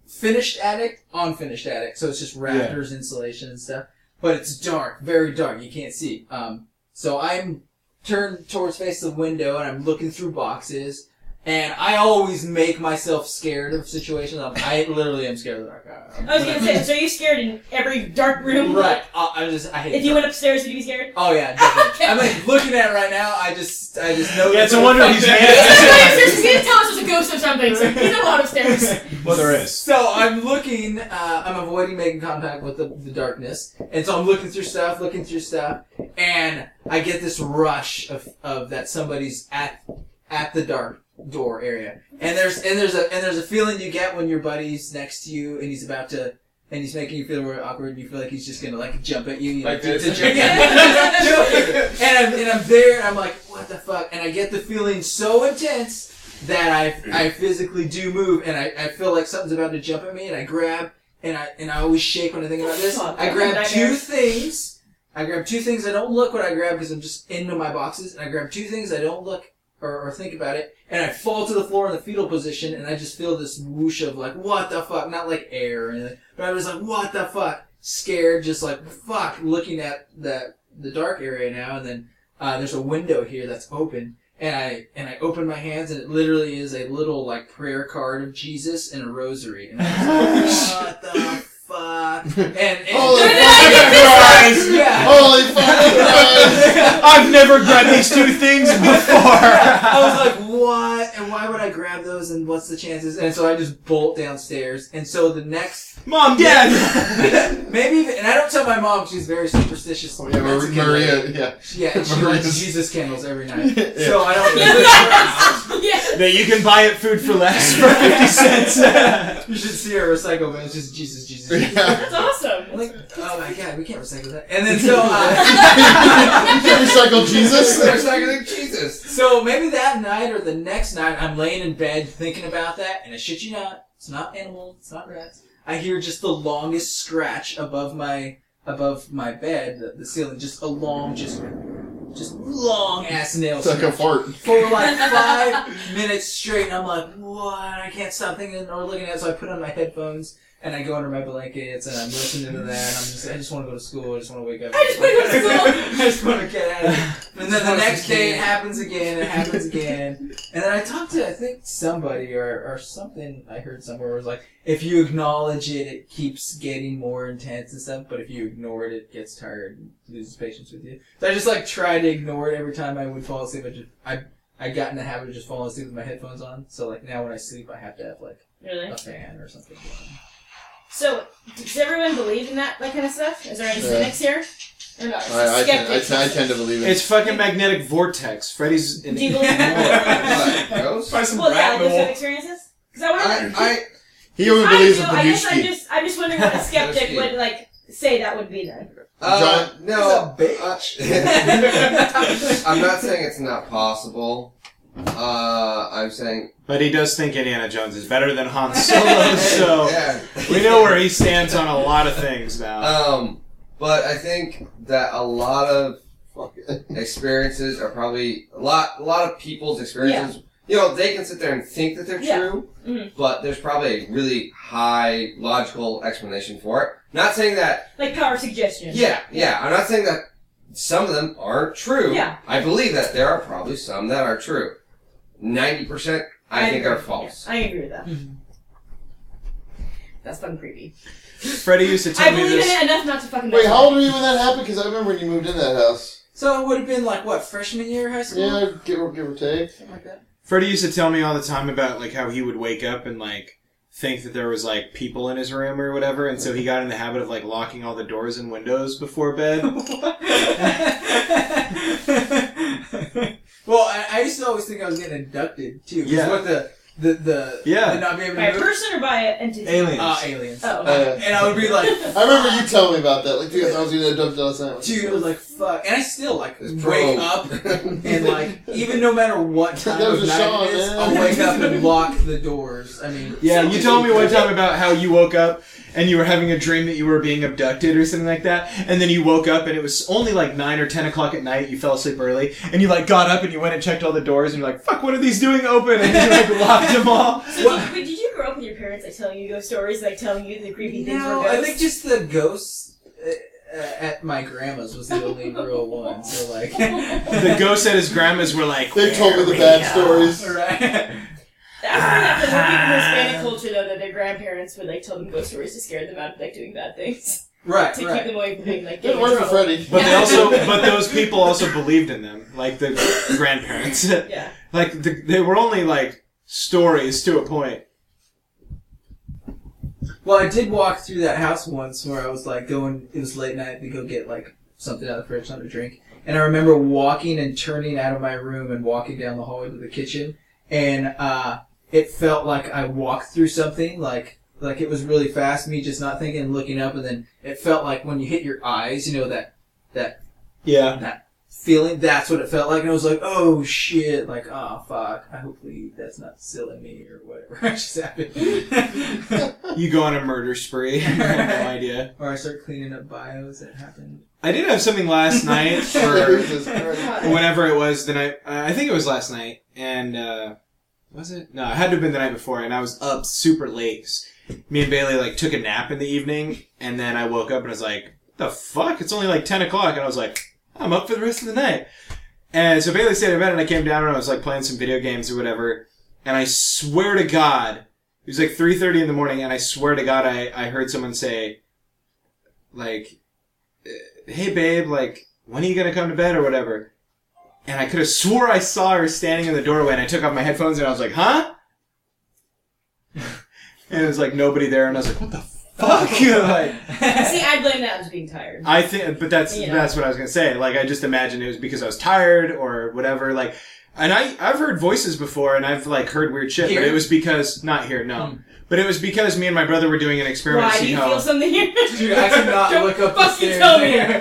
[SPEAKER 4] finished attic, unfinished attic. So it's just rafters, insulation, and stuff. But it's dark, very dark. You can't see. Um, so I'm turned towards face the window, and I'm looking through boxes. And I always make myself scared of situations. I'm, I literally am scared of the dark.
[SPEAKER 6] I was gonna say, so you're scared in every dark room?
[SPEAKER 4] (laughs) Right. I, I just I hate.
[SPEAKER 6] If you
[SPEAKER 4] dark.
[SPEAKER 6] went upstairs, would you be scared?
[SPEAKER 4] Oh yeah, definitely. I'm like looking at it right now. I just, I just know.
[SPEAKER 5] Yeah, it's a wonder he's
[SPEAKER 4] (laughs)
[SPEAKER 6] He's gonna tell us there's a ghost or something. So he's not allowed upstairs.
[SPEAKER 5] Well, there is.
[SPEAKER 4] So I'm looking. Uh, I'm avoiding making contact with the, the darkness, and so I'm looking through stuff, looking through stuff, and I get this rush of, of that somebody's at at the dark door area, and there's and there's a and there's a feeling you get when your buddy's next to you and he's about to. And he's making you feel really awkward, and you feel like he's just gonna like jump at you, you know,
[SPEAKER 7] Like
[SPEAKER 4] to- (laughs)
[SPEAKER 7] this?
[SPEAKER 4] to jump-
[SPEAKER 5] (laughs)
[SPEAKER 7] (laughs)
[SPEAKER 4] and I'm and I'm there, and I'm like, what the fuck? And I get the feeling so intense that I I physically do move, and I, I feel like something's about to jump at me, and I grab, and I and I always shake when I think about this.
[SPEAKER 6] Fuck,
[SPEAKER 4] I grab
[SPEAKER 6] nightmares.
[SPEAKER 4] two things. I grab two things. I don't look what I grab because I'm just into my boxes, and I grab two things. I don't look or, or think about it, and I fall to the floor in the fetal position, and I just feel this whoosh of like, what the fuck? Not like air or anything, but I was like, what the fuck? Scared, just like fuck, looking at that the dark area now, and then uh, there's a window here that's open, and I and I open my hands, and it literally is a little like prayer card of Jesus and a rosary, and I
[SPEAKER 2] (laughs)
[SPEAKER 4] was like, what the fuck? And, and
[SPEAKER 2] Holy
[SPEAKER 5] I
[SPEAKER 2] fucking
[SPEAKER 5] get
[SPEAKER 2] Christ!
[SPEAKER 5] this
[SPEAKER 4] yeah.
[SPEAKER 2] Holy
[SPEAKER 4] (laughs)
[SPEAKER 2] fucking Christ!
[SPEAKER 5] (laughs) I've never grabbed these two things
[SPEAKER 4] I
[SPEAKER 5] before.
[SPEAKER 4] was like, what? And why would I grab those? And what's the chances? And so I just bolt downstairs. And so the next,
[SPEAKER 5] Mom, Dad.
[SPEAKER 4] (laughs) maybe, even, and I don't tell my mom. She's very superstitious.
[SPEAKER 2] Oh, yeah, Mar-
[SPEAKER 4] Mexican lady.
[SPEAKER 2] Maria, yeah.
[SPEAKER 4] Yeah, and she
[SPEAKER 2] Maria's-
[SPEAKER 4] lights Jesus candles every
[SPEAKER 2] (laughs)
[SPEAKER 4] night.
[SPEAKER 2] Yeah.
[SPEAKER 4] (laughs) So I don't.
[SPEAKER 6] yes.
[SPEAKER 5] (laughs) that you can buy it food for less for 50 cents.
[SPEAKER 4] you should see her recycle, but it's just Jesus, Jesus.
[SPEAKER 2] Yeah. (laughs)
[SPEAKER 4] Jesus.
[SPEAKER 6] That's awesome.
[SPEAKER 4] I'm like, oh my god, we can't recycle that. And then so. Uh,
[SPEAKER 2] you can't recycle Jesus?
[SPEAKER 4] Recycling Jesus.
[SPEAKER 7] Jesus.
[SPEAKER 4] So maybe that night or the next night, I'm laying in bed thinking about that, and I shit you not, it's not animals, it's not rats. I hear just the longest scratch above my above my bed, the, the ceiling, just a long, just just long ass nail
[SPEAKER 2] It's like a
[SPEAKER 4] scratch
[SPEAKER 2] fart.
[SPEAKER 4] for like
[SPEAKER 6] (laughs)
[SPEAKER 4] five minutes straight. And I'm like, what? I can't stop thinking or looking at it. So I put on my headphones and I go under my blankets and I'm listening to that. And I'm just, I just want to go to school. I just want to wake up.
[SPEAKER 6] I just wanna go to school.
[SPEAKER 4] (laughs) I just want to get out. of here. And then the
[SPEAKER 3] Just
[SPEAKER 4] next day it
[SPEAKER 3] wanna
[SPEAKER 4] happens again. It happens again. And then I talked to I think somebody or or something I heard somewhere was like, if you acknowledge it, it keeps getting more intense and stuff. But if you ignore it, it gets tired and loses patience with you. So I just like tried to ignore it every time I would fall asleep. I just I I got in the habit of just falling asleep with my headphones on. So like now when I sleep, I have to have like
[SPEAKER 6] Really?
[SPEAKER 4] a fan or something. going.
[SPEAKER 6] So, does everyone believe in that, that kind of stuff? Is there any
[SPEAKER 2] Yeah.
[SPEAKER 6] cynics here? Or not?
[SPEAKER 2] I, I, tend, I,
[SPEAKER 6] Skeptics.
[SPEAKER 2] tend, I tend to believe it.
[SPEAKER 5] (laughs) It's fucking magnetic vortex. Freddy's in
[SPEAKER 6] Do you believe in
[SPEAKER 7] What, gross?
[SPEAKER 5] (laughs) Buy some
[SPEAKER 6] Well, yeah,
[SPEAKER 5] rat
[SPEAKER 6] like those
[SPEAKER 5] mole.
[SPEAKER 6] kind of experiences? Because I want to.
[SPEAKER 7] I, I,
[SPEAKER 2] He only
[SPEAKER 6] I
[SPEAKER 2] believes
[SPEAKER 6] do.
[SPEAKER 2] in
[SPEAKER 6] I guess I'm
[SPEAKER 2] Panuski.
[SPEAKER 6] just, I'm just wondering what a skeptic
[SPEAKER 7] Panucci.
[SPEAKER 6] would like say that would be then.
[SPEAKER 7] uh,
[SPEAKER 2] John-
[SPEAKER 7] no.
[SPEAKER 4] He's a
[SPEAKER 7] uh, (laughs) I'm not saying it's not possible. Uh, I'm saying.
[SPEAKER 5] But he does think Indiana Jones is better than Han (laughs) Solo, so
[SPEAKER 7] yeah.
[SPEAKER 5] we know where he stands on a lot of things now.
[SPEAKER 7] (laughs) Um, but I think that a lot of
[SPEAKER 2] Fuck it.
[SPEAKER 7] experiences are probably a lot. A lot of people's experiences. You know, they can sit there and think that they're
[SPEAKER 6] Yeah.
[SPEAKER 7] true,
[SPEAKER 6] Mhm.
[SPEAKER 7] but there's probably a really high logical explanation for it. Not saying that
[SPEAKER 6] Like power of suggestion.
[SPEAKER 7] Yeah, yeah. I'm not saying that some of them aren't true.
[SPEAKER 6] Yeah.
[SPEAKER 7] I believe that there are probably some that are true. 90% I, think
[SPEAKER 6] agree.
[SPEAKER 7] are false.
[SPEAKER 6] Yeah, I agree with that. That's fucking creepy.
[SPEAKER 5] Freddy used to
[SPEAKER 6] I
[SPEAKER 5] tell me
[SPEAKER 6] believe in
[SPEAKER 5] this.
[SPEAKER 6] it enough not to fucking.
[SPEAKER 2] Wait,
[SPEAKER 6] know.
[SPEAKER 2] how old were you when that happened? Because I remember when you moved in that house.
[SPEAKER 4] So it would have been like what freshman year of high school.
[SPEAKER 2] Yeah, give or, give or take.
[SPEAKER 4] Something like that.
[SPEAKER 5] Freddy used to tell me all the time about like how he would wake up and like think that there was like people in his room or whatever, and so he got in the habit of like locking all the doors and windows before bed.
[SPEAKER 4] (laughs) well, I, I used to always think I was getting abducted too. 'cause
[SPEAKER 5] Yeah.
[SPEAKER 4] What the the the
[SPEAKER 5] Yeah.
[SPEAKER 4] the not being able
[SPEAKER 6] By
[SPEAKER 4] to
[SPEAKER 6] a
[SPEAKER 4] move.
[SPEAKER 6] person or by an entity?
[SPEAKER 5] Aliens.
[SPEAKER 4] Uh, (laughs) aliens.
[SPEAKER 6] Oh.
[SPEAKER 2] Uh,
[SPEAKER 4] And I would be like, (laughs)
[SPEAKER 2] I remember you telling me about that. Like, because I was doing that dumb last night.
[SPEAKER 4] dude, it was like fuck, and I still like
[SPEAKER 7] It's
[SPEAKER 4] wake
[SPEAKER 7] pro.
[SPEAKER 4] up and like even no matter what time
[SPEAKER 2] That was a
[SPEAKER 4] of night
[SPEAKER 2] song,
[SPEAKER 4] it is,
[SPEAKER 2] man.
[SPEAKER 4] I'll wake up and lock the doors. I mean,
[SPEAKER 5] Yeah, you told me one time about how you woke up and you were having a dream that you were being abducted or something like that, and then you woke up and it was only like nine or ten o'clock at night. You fell asleep early, and you like got up and you went and checked all the doors, and you're like, "Fuck, what are these doing open?" And you like (laughs) locked
[SPEAKER 2] (laughs)
[SPEAKER 5] them all.
[SPEAKER 4] Uh,
[SPEAKER 6] So did, wait, did you grow up with your parents like telling you ghost stories, like telling you the creepy things
[SPEAKER 4] No,
[SPEAKER 6] were ghosts?
[SPEAKER 4] I think just the ghosts uh, uh, at my grandma's was the only real one. So like
[SPEAKER 5] The ghosts at his grandma's were like,
[SPEAKER 2] They told me the bad stories.
[SPEAKER 4] (laughs) Right.
[SPEAKER 6] That's part of the
[SPEAKER 4] (laughs)
[SPEAKER 6] Hispanic culture, though, that their grandparents would like tell them ghost stories to scare them out of like doing bad things (laughs)
[SPEAKER 4] Right.
[SPEAKER 6] to keep
[SPEAKER 4] Right.
[SPEAKER 6] them away from being like.
[SPEAKER 2] Didn't
[SPEAKER 6] getting
[SPEAKER 2] work
[SPEAKER 6] in
[SPEAKER 2] for
[SPEAKER 6] trouble.
[SPEAKER 2] Freddy.
[SPEAKER 5] But
[SPEAKER 2] (laughs)
[SPEAKER 5] they also, but those people also believed in them, like the grandparents. (laughs)
[SPEAKER 6] Yeah.
[SPEAKER 5] like the, they were only like stories to a point.
[SPEAKER 4] Well, I did walk through that house once where I was like going. It was late night to go get like something out of the fridge, something to drink. And I remember walking and turning out of my room and walking down the hallway to the kitchen, and uh, it felt like I walked through something. Like like it was really fast. Me just not thinking, and looking up, and then it felt like when you hit your eyes, you know that
[SPEAKER 5] Yeah.
[SPEAKER 4] feeling. That's what it felt like, and I was like, oh shit, like oh fuck. I hopefully that's not silly me or whatever (laughs) just happened. (laughs)
[SPEAKER 5] You go on a murder spree. (laughs) I have no idea.
[SPEAKER 4] or I start cleaning up bios that happened.
[SPEAKER 5] I did have something last
[SPEAKER 2] (laughs)
[SPEAKER 5] night for
[SPEAKER 2] Jesus Christ.
[SPEAKER 5] (laughs) whenever it was the night. Uh, I think it was last night, and uh, was it? No, it had to have been the night before, and I was up super late. 'cause Me and Bailey like took a nap in the evening, and then I woke up and I was like, "The fuck! It's only like ten o'clock," and I was like, "I'm up for the rest of the night." And so Bailey stayed in bed, and I came down and I was like playing some video games or whatever, and I swear to God, it was like three thirty in the morning, and I swear to God, I I heard someone say, like. Hey babe, like, when are you gonna come to bed or whatever? and I could have swore I saw her standing in the doorway. And I took off my headphones and I was like, "Huh?" and it was like nobody there, and I was like, "What the
[SPEAKER 4] (laughs)
[SPEAKER 5] fuck?" like,
[SPEAKER 6] (laughs) See, I blame that on just being tired.
[SPEAKER 5] I think, but that's
[SPEAKER 6] Yeah.
[SPEAKER 5] that's what I was gonna say. Like, I just imagined it was because I was tired or whatever. Like, and I I've heard voices before, and I've like heard weird shit,
[SPEAKER 4] Here?
[SPEAKER 5] but it was because not here, no.
[SPEAKER 4] Hmm.
[SPEAKER 5] But it was because me and my brother were doing an experiment to
[SPEAKER 6] Why do
[SPEAKER 5] see
[SPEAKER 6] you
[SPEAKER 5] how
[SPEAKER 6] feel something here?
[SPEAKER 4] Dude, I
[SPEAKER 6] (laughs)
[SPEAKER 4] could not
[SPEAKER 6] Don't
[SPEAKER 4] look up the
[SPEAKER 6] fucking
[SPEAKER 4] stairs
[SPEAKER 6] tell me.
[SPEAKER 4] there.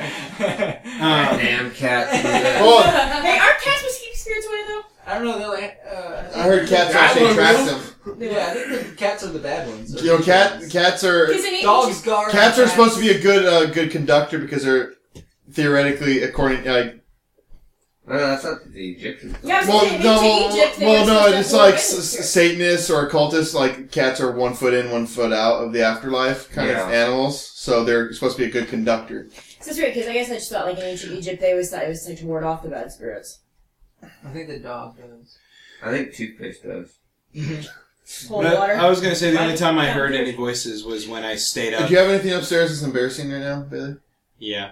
[SPEAKER 5] um,
[SPEAKER 7] Damn cat.
[SPEAKER 6] (laughs)
[SPEAKER 2] Oh,
[SPEAKER 1] (laughs)
[SPEAKER 6] hey, our cats must keep spirits away
[SPEAKER 4] I don't know. They're like, uh,
[SPEAKER 2] I heard cats actually trapped him.
[SPEAKER 4] Yeah, I think the cats are the bad ones.
[SPEAKER 2] You know, cat, cats are
[SPEAKER 1] He's an ancient-
[SPEAKER 4] Dogs guard.
[SPEAKER 2] cats are supposed to be a good uh, good conductor because they're theoretically according like
[SPEAKER 7] No, that's not the Egyptian.
[SPEAKER 6] Yeah, I was
[SPEAKER 2] well
[SPEAKER 6] gonna say,
[SPEAKER 2] no
[SPEAKER 6] into
[SPEAKER 2] well,
[SPEAKER 6] Egypt, they
[SPEAKER 2] well
[SPEAKER 6] were
[SPEAKER 2] no
[SPEAKER 6] supposed to
[SPEAKER 2] it's
[SPEAKER 6] have
[SPEAKER 2] like
[SPEAKER 6] more
[SPEAKER 2] s-
[SPEAKER 6] babies.
[SPEAKER 2] s- satanists or occultists like cats are one foot in one foot out of the afterlife kind
[SPEAKER 7] Yeah.
[SPEAKER 2] of animals so they're supposed to be a good conductor
[SPEAKER 6] So it's weird because I guess I just felt like in ancient Egypt they always thought it was like to ward off the bad spirits.
[SPEAKER 4] I think the dog does.
[SPEAKER 7] I think toothpaste does.
[SPEAKER 6] Cold
[SPEAKER 5] But
[SPEAKER 6] water.
[SPEAKER 5] I was gonna say the only
[SPEAKER 6] Right.
[SPEAKER 5] time I heard any voices was when I stayed
[SPEAKER 2] do
[SPEAKER 5] up.
[SPEAKER 2] you have anything upstairs that's embarrassing right now Bailey
[SPEAKER 5] Yeah.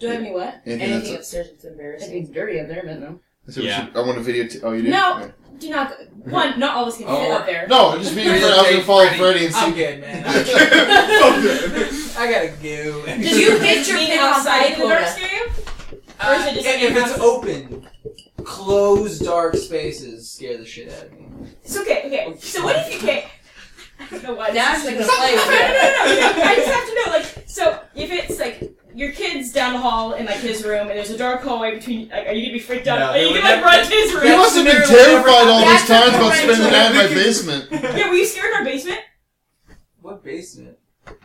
[SPEAKER 6] Do I have any what?
[SPEAKER 2] anything
[SPEAKER 1] Anything
[SPEAKER 2] that's
[SPEAKER 1] upstairs is
[SPEAKER 6] It's
[SPEAKER 1] embarrassing.
[SPEAKER 6] dirty up there, man.
[SPEAKER 2] I said we
[SPEAKER 5] Yeah.
[SPEAKER 2] should- I want a video t- oh you do
[SPEAKER 6] No.
[SPEAKER 2] Okay.
[SPEAKER 6] Do not. Go. One, not all of us can fit
[SPEAKER 7] Oh.
[SPEAKER 2] (laughs)
[SPEAKER 6] up there.
[SPEAKER 2] no just me and Fred I was gonna
[SPEAKER 7] Take
[SPEAKER 2] follow
[SPEAKER 7] Freddy.
[SPEAKER 2] Freddy and
[SPEAKER 4] I'm
[SPEAKER 2] see (laughs)
[SPEAKER 4] good, man.
[SPEAKER 6] (laughs)
[SPEAKER 2] Fuck
[SPEAKER 4] (laughs) I gotta Uh, go. (laughs)
[SPEAKER 1] Did you get your
[SPEAKER 6] Meet
[SPEAKER 1] pin outside
[SPEAKER 6] outside
[SPEAKER 1] in the dark
[SPEAKER 6] quota.
[SPEAKER 1] scary?
[SPEAKER 6] Or is it just
[SPEAKER 4] Uh,
[SPEAKER 6] in your
[SPEAKER 4] if it's
[SPEAKER 6] house?
[SPEAKER 4] open, closed dark spaces scare the shit out of me.
[SPEAKER 1] It's okay, okay. So what if you can't?
[SPEAKER 6] (laughs) I don't know why.
[SPEAKER 1] Now
[SPEAKER 6] this
[SPEAKER 1] she's
[SPEAKER 6] is-
[SPEAKER 1] gonna play with
[SPEAKER 6] no,
[SPEAKER 2] (laughs)
[SPEAKER 6] no,
[SPEAKER 1] it.
[SPEAKER 6] no, no, no. I just have to know, like, so if it's like your kid's down the hall in like his room, and there's a dark hallway between, like, are you gonna be freaked out?
[SPEAKER 4] No,
[SPEAKER 6] are
[SPEAKER 4] they
[SPEAKER 6] you
[SPEAKER 4] would
[SPEAKER 6] gonna like
[SPEAKER 4] never-
[SPEAKER 6] run to his room?
[SPEAKER 2] he must have been terrified all these
[SPEAKER 1] That's a
[SPEAKER 2] times about spending the
[SPEAKER 1] parental-
[SPEAKER 2] night in my basement
[SPEAKER 6] Yeah, were you scared in our basement?
[SPEAKER 4] What basement?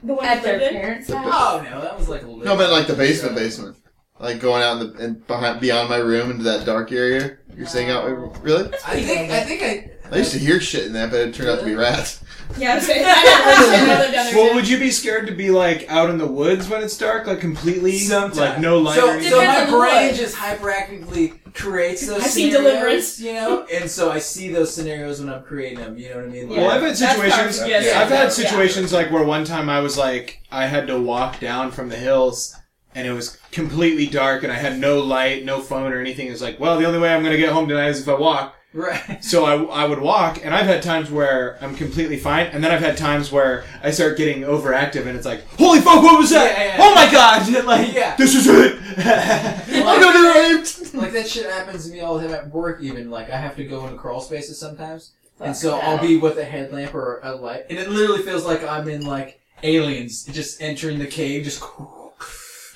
[SPEAKER 6] The one
[SPEAKER 1] At
[SPEAKER 6] that
[SPEAKER 1] their
[SPEAKER 6] lived in?
[SPEAKER 1] parents' house.
[SPEAKER 4] Oh no, that was like a little.
[SPEAKER 2] No, but like the basement, basement, like going out in the and behind beyond my room into that dark area. You're saying out really?
[SPEAKER 4] I think I think I.
[SPEAKER 2] I used to hear shit in that, but it turned out to be rats.
[SPEAKER 6] Yeah,
[SPEAKER 1] (laughs)
[SPEAKER 6] I'm saying. I had a brother down there
[SPEAKER 5] Well,
[SPEAKER 6] too.
[SPEAKER 5] would you be scared to be like out in the woods when it's dark, like completely,
[SPEAKER 4] Sometimes.
[SPEAKER 5] like no light? or
[SPEAKER 4] (laughs) So,
[SPEAKER 5] anything?
[SPEAKER 4] so my
[SPEAKER 6] Depends on what.
[SPEAKER 4] brain just hyperactively creates those
[SPEAKER 6] I've seen
[SPEAKER 4] scenarios,
[SPEAKER 6] Deliverance.
[SPEAKER 4] you know, and so I see those scenarios when I'm creating them. You know what I mean? Like,
[SPEAKER 5] Well, I've had
[SPEAKER 6] That's
[SPEAKER 5] situations.
[SPEAKER 6] powerful.
[SPEAKER 7] Yes,
[SPEAKER 6] Yeah.
[SPEAKER 5] I've had
[SPEAKER 6] Yeah.
[SPEAKER 5] situations like where one time I was like, I had to walk down from the hills, and it was completely dark, and I had no light, no phone or anything. It's like, well, the only way I'm gonna get home tonight is if I walk.
[SPEAKER 4] (laughs) right.
[SPEAKER 5] So I, I would walk, and I've had times where I'm completely fine, and then I've had times where I start getting overactive, and it's like, holy fuck, what was that?
[SPEAKER 4] Yeah, yeah, yeah.
[SPEAKER 5] Oh my god! (laughs) Like,
[SPEAKER 4] Yeah.
[SPEAKER 5] this is it. (laughs)
[SPEAKER 2] I'm
[SPEAKER 4] Like,
[SPEAKER 2] gonna be raped.
[SPEAKER 4] (laughs) like that shit happens to me all the time at work. Even like I have to go into crawl spaces sometimes, and so
[SPEAKER 6] Fuck
[SPEAKER 4] I'll
[SPEAKER 6] that.
[SPEAKER 4] be with a headlamp or a light, and it literally feels like I'm in like aliens, just entering the cave, just (laughs)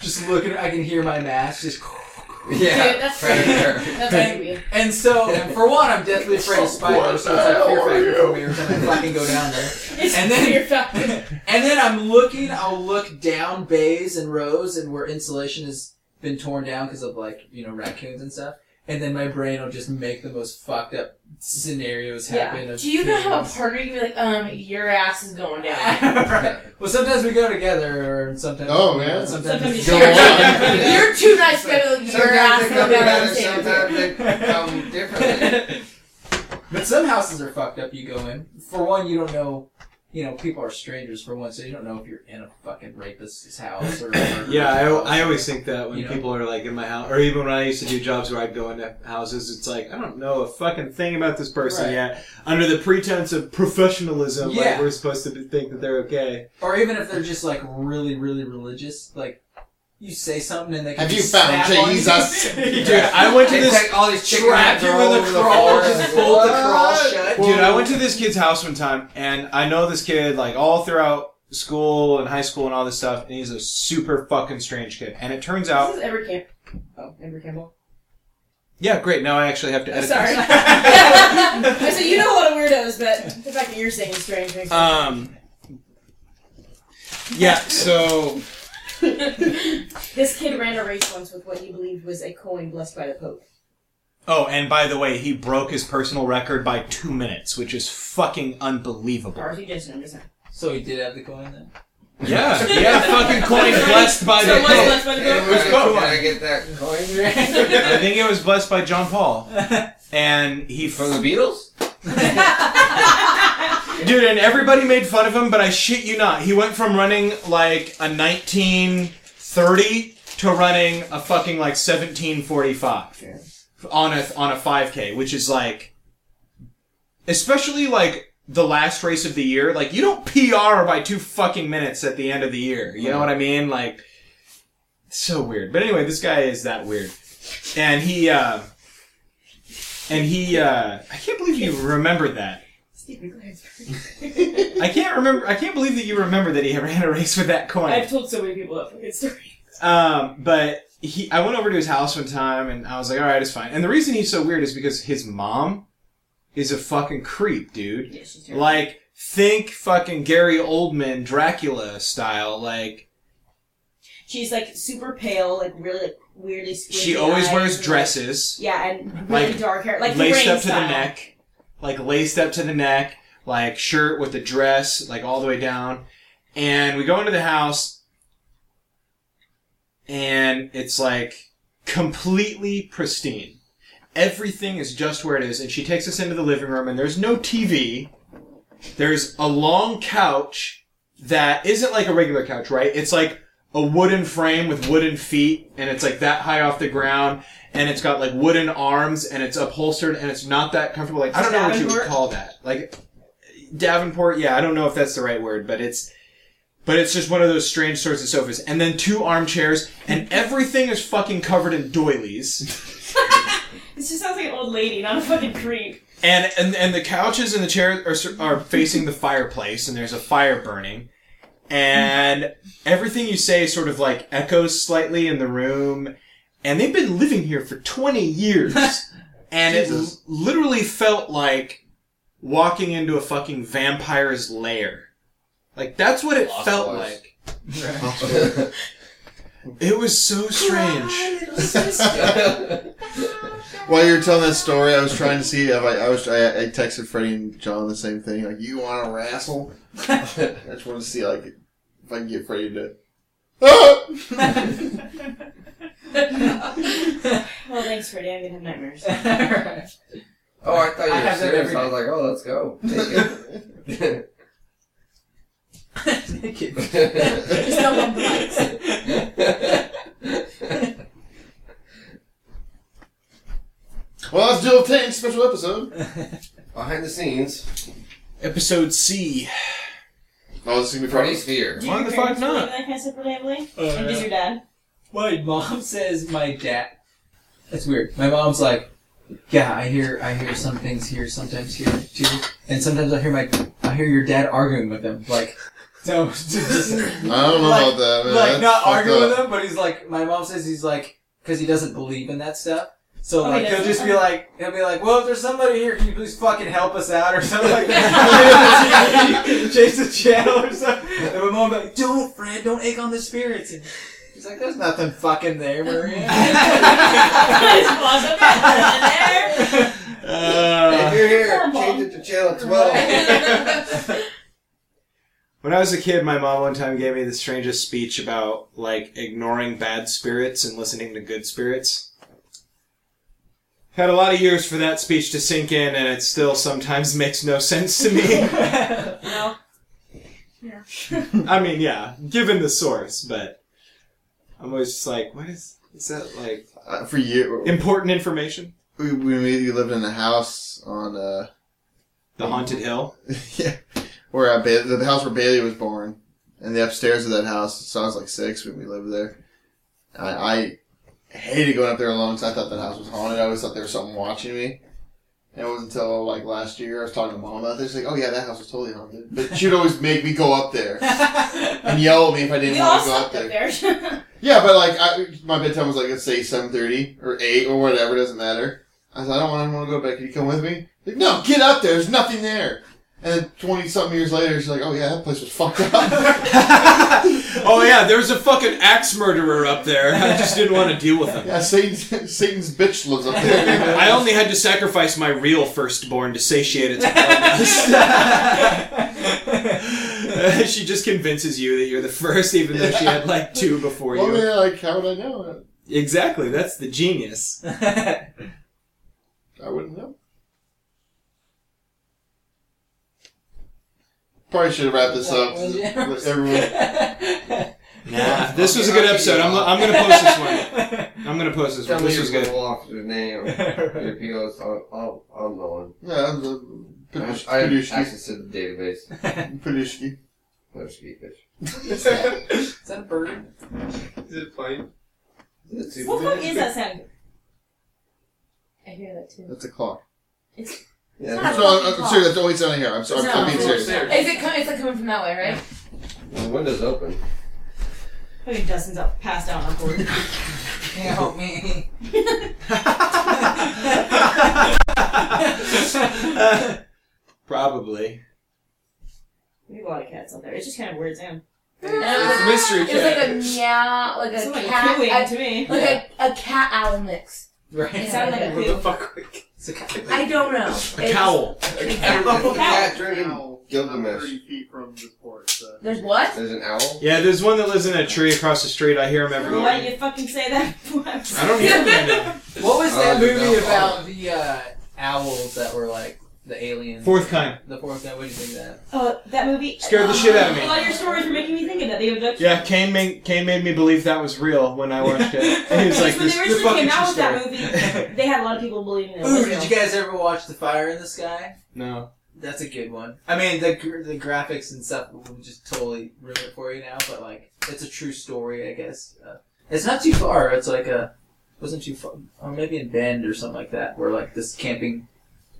[SPEAKER 4] just looking. I can hear my mask, just. (laughs)
[SPEAKER 7] Yeah,
[SPEAKER 6] Dude, that's
[SPEAKER 7] right there.
[SPEAKER 6] That's what I
[SPEAKER 5] (laughs)
[SPEAKER 6] mean.
[SPEAKER 4] And so, and for one, I'm deathly afraid of spiders, so it's like fear factor for me every time I fucking go down there.
[SPEAKER 6] It's
[SPEAKER 4] And then-
[SPEAKER 6] your fact.
[SPEAKER 4] And then I'm looking, I'll look down bays and rows and where insulation has been torn down because of like, you know, raccoons and stuff. And then my brain will just make the most fucked up scenarios
[SPEAKER 6] Yeah.
[SPEAKER 4] happen. Of
[SPEAKER 1] Do you not have a
[SPEAKER 4] things.
[SPEAKER 1] partner? You'd be like, um, your ass is going down.
[SPEAKER 4] (laughs) right. Well, sometimes we go together, or sometimes.
[SPEAKER 2] Oh, yeah.
[SPEAKER 4] Sometimes,
[SPEAKER 6] Sometimes
[SPEAKER 2] Go
[SPEAKER 4] Yeah.
[SPEAKER 1] (laughs) You're two nights better than your ass
[SPEAKER 7] Sometimes
[SPEAKER 1] is
[SPEAKER 7] they
[SPEAKER 1] going
[SPEAKER 7] come
[SPEAKER 1] down. on
[SPEAKER 7] together,
[SPEAKER 1] the table.
[SPEAKER 7] sometimes they come differently.
[SPEAKER 4] (laughs) but some houses are fucked up. You go in for one, you don't know. You know, people are strangers for one, so you don't know if you're in a fucking rapist's house or. a
[SPEAKER 5] (laughs)
[SPEAKER 4] murderer's
[SPEAKER 5] Yeah,
[SPEAKER 4] house.
[SPEAKER 5] I, I always think that when
[SPEAKER 4] You know?
[SPEAKER 5] people are like in my house, or even when I used to do jobs where I'd go into houses, it's like I don't know a fucking thing about this person
[SPEAKER 4] Right.
[SPEAKER 5] yet. Under the pretense of professionalism, like
[SPEAKER 4] Yeah.
[SPEAKER 5] we're supposed to be, think that they're okay.
[SPEAKER 4] Or even if they're just like really, really religious, like you say something and they can
[SPEAKER 2] Have you
[SPEAKER 4] just
[SPEAKER 2] found
[SPEAKER 4] snap on you. (laughs)
[SPEAKER 2] Jesus? (laughs)
[SPEAKER 5] Dude, I went to
[SPEAKER 7] They
[SPEAKER 5] this.
[SPEAKER 7] take all these chicken
[SPEAKER 4] Trap
[SPEAKER 7] nuggets
[SPEAKER 4] you
[SPEAKER 7] all
[SPEAKER 4] in
[SPEAKER 7] over
[SPEAKER 4] the crawl,
[SPEAKER 7] floor.
[SPEAKER 4] just fold the crawl
[SPEAKER 7] (laughs)
[SPEAKER 4] shut.
[SPEAKER 5] Uh, Dude, I went to this kid's house one time, and I know this kid like all throughout school and high school and all this stuff, and he's a super fucking strange kid. And it turns out,
[SPEAKER 6] This is Ember Camp. Oh, Ember Campbell.
[SPEAKER 5] yeah, great. Now I actually have to edit.
[SPEAKER 6] Sorry.
[SPEAKER 5] this.
[SPEAKER 6] (laughs) I (laughs) said you know a lot of weirdos, but the fact that you're saying strange makes
[SPEAKER 5] Um. Yeah. So.
[SPEAKER 6] This kid ran a race once with what he believed was a coin blessed by the Pope.
[SPEAKER 5] Oh, and by the way, he broke his personal record by two minutes, which is fucking unbelievable.
[SPEAKER 6] Dorothy Jensen, I'm just saying.
[SPEAKER 4] So he did have the coin then.
[SPEAKER 5] Yeah, yeah, (laughs) fucking coin blessed by
[SPEAKER 6] So
[SPEAKER 5] the
[SPEAKER 6] it was
[SPEAKER 5] Pope.
[SPEAKER 6] blessed by the
[SPEAKER 7] Hey,
[SPEAKER 6] Pope.
[SPEAKER 7] where
[SPEAKER 5] Let's go.
[SPEAKER 7] Can I get that
[SPEAKER 5] (laughs)
[SPEAKER 7] coin? (laughs)
[SPEAKER 5] I think it was blessed by John Paul, and he
[SPEAKER 7] From
[SPEAKER 5] f-
[SPEAKER 7] the Beatles?
[SPEAKER 5] dude, and everybody made fun of him. But I shit you not, he went from running like a nineteen thirty to running a fucking like seventeen forty five on a on a five k, which is like, especially like. The last race of the year, like you don't PR by two fucking minutes at the end of the year. You know what I mean? Like, so weird. But anyway, this guy is that weird. And he uh and he uh I can't believe you remembered that.
[SPEAKER 6] Stephen
[SPEAKER 5] (laughs)
[SPEAKER 6] Glansberg.
[SPEAKER 5] I can't remember I can't believe that you remember that he ran a race with that coin.
[SPEAKER 6] I've told so many people that fucking story.
[SPEAKER 5] Um but he I went over to his house one time and I was like, all right, it's fine. And the reason he's so weird is because his mom is a fucking creep, dude.
[SPEAKER 1] Yeah, she's terrible.
[SPEAKER 5] Like think fucking Gary Oldman Dracula style. Like
[SPEAKER 6] She's like super pale, like really like weirdly.
[SPEAKER 5] she
[SPEAKER 6] squiggly
[SPEAKER 5] always
[SPEAKER 6] eyes,
[SPEAKER 5] wears
[SPEAKER 6] and,
[SPEAKER 5] dresses.
[SPEAKER 6] like- Yeah, and really
[SPEAKER 5] Like,
[SPEAKER 6] dark hair, like
[SPEAKER 5] laced
[SPEAKER 6] Lorraine
[SPEAKER 5] up to
[SPEAKER 6] style.
[SPEAKER 5] the neck, like laced up to the neck, like shirt with a dress, like all the way down. And we go into the house, and it's like completely pristine. Everything is just where it is. And she takes us into the living room, and there's no TV. There's a long couch that isn't like a regular couch, right? It's like a wooden frame with wooden feet, and it's like that high off the ground and it's got like wooden arms and it's upholstered and it's not that comfortable. Like I don't know what you would
[SPEAKER 6] Davenport?
[SPEAKER 5] call that. Like Davenport, yeah, I don't know if that's the right word, but it's but it's just one of those strange sorts of sofas. And then two armchairs and everything is fucking covered in doilies.
[SPEAKER 6] This just sounds like an old lady, not a fucking creep.
[SPEAKER 5] And and and the couches and the chairs are sur- are facing the fireplace and there's a fire burning. And everything you say sort of like echoes slightly in the room. And they've been living here for 20 years. And it l-
[SPEAKER 2] Jesus.
[SPEAKER 5] literally felt like walking into a fucking vampire's lair. Like that's what it
[SPEAKER 7] Lost
[SPEAKER 5] felt
[SPEAKER 7] boys.
[SPEAKER 5] like. It was so strange.
[SPEAKER 2] While you were telling that story, I was trying to see if I, I was. I, I texted Freddie and John the same thing. Like, you want to wrestle? (laughs) I just wanted to see like if I can get Freddie to. Ah!
[SPEAKER 5] (laughs)
[SPEAKER 4] (laughs)
[SPEAKER 6] Well, thanks, Freddie. I'm gonna have nightmares.
[SPEAKER 7] (laughs)
[SPEAKER 4] (laughs)
[SPEAKER 7] oh, I thought you
[SPEAKER 4] I
[SPEAKER 7] were
[SPEAKER 4] have that
[SPEAKER 7] serious.
[SPEAKER 4] every
[SPEAKER 7] I was like, oh, let's go. Take it.
[SPEAKER 4] Naked.
[SPEAKER 1] Just don't bump the
[SPEAKER 4] (laughs)
[SPEAKER 1] lights. (laughs)
[SPEAKER 2] Well, that's Jill Tane's special episode.
[SPEAKER 7] Behind the scenes,
[SPEAKER 5] Episode C.
[SPEAKER 2] Oh, this is gonna be
[SPEAKER 7] Freddy
[SPEAKER 2] Freddy's.
[SPEAKER 7] Sphere.
[SPEAKER 6] Do
[SPEAKER 5] Why
[SPEAKER 6] your
[SPEAKER 5] the fuck
[SPEAKER 6] parents
[SPEAKER 5] not?
[SPEAKER 6] believe in that kind of stuff reliably?
[SPEAKER 5] Uh,
[SPEAKER 6] and does
[SPEAKER 5] (laughs)
[SPEAKER 6] your dad?
[SPEAKER 4] My mom (laughs) says my dad. That's weird. My mom's like, yeah, I hear I hear some things here, sometimes here too, and sometimes I hear my I hear your dad arguing with them, like. (laughs) No, just,
[SPEAKER 2] I don't know about that. Man.
[SPEAKER 4] like
[SPEAKER 2] That's
[SPEAKER 4] not
[SPEAKER 2] fucked
[SPEAKER 4] arguing
[SPEAKER 2] up.
[SPEAKER 4] with him, but he's like, my mom says he's like, because he doesn't believe in that stuff. So
[SPEAKER 6] Oh, he
[SPEAKER 4] like he'll
[SPEAKER 6] doesn't?
[SPEAKER 4] just be like he'll be like well if there's somebody here can you please fucking help us out or something like that (laughs)
[SPEAKER 6] (laughs)
[SPEAKER 4] change the channel or something and my mom be like don't Fred don't egg on the spirits and he's like there's nothing fucking there
[SPEAKER 6] (laughs) His
[SPEAKER 4] Maria
[SPEAKER 6] balls up (laughs) there.
[SPEAKER 7] if
[SPEAKER 5] Uh,
[SPEAKER 7] you're here, change it to channel 12.
[SPEAKER 1] (laughs)
[SPEAKER 5] when I was a kid, my mom one time gave me the strangest speech about like ignoring bad spirits and listening to good spirits. Had a lot of years for that speech to sink in, and it still sometimes (laughs) makes no sense to
[SPEAKER 4] (laughs)
[SPEAKER 5] me.
[SPEAKER 6] No.
[SPEAKER 5] I mean, yeah, given the source, but I'm always just like, what is is that like
[SPEAKER 2] Uh, for you,
[SPEAKER 5] important information?
[SPEAKER 2] we, we we lived in a house on uh (laughs)
[SPEAKER 5] The haunted hill. (laughs)
[SPEAKER 2] yeah where I ba- the house where Bailey was born, and the upstairs of that house. So I was like six when we lived there. I, I hated going up there alone because I thought that house was haunted. I always thought there was something watching me. And it wasn't until like last year I was talking to mom about this. Like, oh yeah, that house was totally haunted. But she'd always make me go up there and yell at me if I didn't
[SPEAKER 6] We all
[SPEAKER 2] want to go up
[SPEAKER 6] slept
[SPEAKER 2] there.
[SPEAKER 6] up there. (laughs)
[SPEAKER 2] Yeah, but like I, my bedtime was like let's say seven thirty or eight or whatever, doesn't matter. I said I don't want anyone to go back. Can you come with me? Like no, get up there. There's nothing there. And then twenty something years later, she's like, oh yeah, that place was fucked up. (laughs)
[SPEAKER 5] oh yeah, there was a fucking axe murderer up there. I just didn't want to deal with him.
[SPEAKER 2] yeah, Satan's, Satan's bitch lives up there.
[SPEAKER 5] (laughs) I only had to sacrifice my real firstborn to satiate its bloodlust. (laughs) she just convinces you that you're the first, even though she had like two before
[SPEAKER 2] well,
[SPEAKER 5] you.
[SPEAKER 2] yeah, like how would I know? it?
[SPEAKER 5] Exactly, that's the genius.
[SPEAKER 2] I wouldn't know. Probably should have wrapped this up. Let
[SPEAKER 4] (laughs)
[SPEAKER 2] Everyone,
[SPEAKER 5] Nah, this was a good episode. I'm, I'm gonna post this one. I'm gonna post this
[SPEAKER 7] Tell
[SPEAKER 5] one.
[SPEAKER 7] me
[SPEAKER 5] This
[SPEAKER 7] your
[SPEAKER 5] was good.
[SPEAKER 7] goal after the name.
[SPEAKER 5] (laughs)
[SPEAKER 7] Your PO's, I'll, I'll, I'll know
[SPEAKER 2] yeah, I'm the
[SPEAKER 5] (laughs)
[SPEAKER 7] one. I
[SPEAKER 2] Pidush-
[SPEAKER 7] I have
[SPEAKER 2] Pidushki.
[SPEAKER 7] access to the database.
[SPEAKER 2] Pidushki.
[SPEAKER 7] No speak, bitch.
[SPEAKER 4] (laughs) Is that a bird?
[SPEAKER 3] Is it fine?
[SPEAKER 7] Let's see.
[SPEAKER 6] what the fuck is that sound?
[SPEAKER 1] I hear that too.
[SPEAKER 2] That's a clock.
[SPEAKER 7] Yeah,
[SPEAKER 2] So I'm, I'm serious. That's the only sound I hear. I'm sorry. I'm being
[SPEAKER 1] No.
[SPEAKER 2] serious.
[SPEAKER 1] Is it coming? It's like coming from that way, right?
[SPEAKER 7] the window's open.
[SPEAKER 6] Fucking Dustin's up, passed out on board.
[SPEAKER 7] (laughs)
[SPEAKER 4] Help me.
[SPEAKER 5] (laughs) Probably.
[SPEAKER 6] We have a lot of cats out there. It just kind of weirds him.
[SPEAKER 1] It's
[SPEAKER 2] a mystery
[SPEAKER 1] It's like a meow, like
[SPEAKER 6] It's
[SPEAKER 1] a
[SPEAKER 6] like
[SPEAKER 1] cat,
[SPEAKER 6] cooing
[SPEAKER 1] a-
[SPEAKER 6] to me.
[SPEAKER 1] like a, a cat owl mix.
[SPEAKER 4] right.
[SPEAKER 1] It sounded like a
[SPEAKER 4] what
[SPEAKER 6] pig.
[SPEAKER 4] the fuck? It's a cat.
[SPEAKER 1] I don't know. It's-
[SPEAKER 7] There's a cat
[SPEAKER 2] There's
[SPEAKER 7] trying
[SPEAKER 2] an
[SPEAKER 7] to
[SPEAKER 2] owl
[SPEAKER 7] kill the
[SPEAKER 2] about
[SPEAKER 7] mesh.
[SPEAKER 2] Thirty feet from this port. So.
[SPEAKER 1] There's what?
[SPEAKER 7] There's an owl.
[SPEAKER 5] Yeah, there's one that lives in a tree across the street. I hear him every
[SPEAKER 6] Why
[SPEAKER 5] morning.
[SPEAKER 6] you fucking say that? (laughs)
[SPEAKER 5] I don't even know.
[SPEAKER 4] What was that
[SPEAKER 7] Oh,
[SPEAKER 4] movie
[SPEAKER 7] no.
[SPEAKER 4] about the uh, owls that were like the aliens?
[SPEAKER 5] Fourth kind.
[SPEAKER 4] The fourth guy. What do you think of
[SPEAKER 6] Uh, that movie
[SPEAKER 5] Scared the shit out of
[SPEAKER 6] A
[SPEAKER 5] me.
[SPEAKER 6] lot of your stories were making me think of that. The abduction.
[SPEAKER 5] Yeah, Kane made, Kane made me believe that was real when I watched it.
[SPEAKER 4] (laughs)
[SPEAKER 5] And (laughs) he was like,
[SPEAKER 6] when
[SPEAKER 5] this
[SPEAKER 6] they
[SPEAKER 5] is
[SPEAKER 6] originally
[SPEAKER 5] fucking
[SPEAKER 6] came out
[SPEAKER 5] true
[SPEAKER 6] with
[SPEAKER 5] story.
[SPEAKER 6] that movie,
[SPEAKER 4] that?
[SPEAKER 6] they had a lot of people believing it.
[SPEAKER 4] Ooh,
[SPEAKER 6] was
[SPEAKER 4] did
[SPEAKER 6] real.
[SPEAKER 4] you guys ever watch The Fire in the Sky?
[SPEAKER 5] No.
[SPEAKER 4] That's a good one. I mean, the gr- the graphics and stuff will just totally ruin it for you now, but like, it's a true story, I guess. Uh, it's not too far. It's like a wasn't too far, or maybe in Bend or something like that, where like this camping,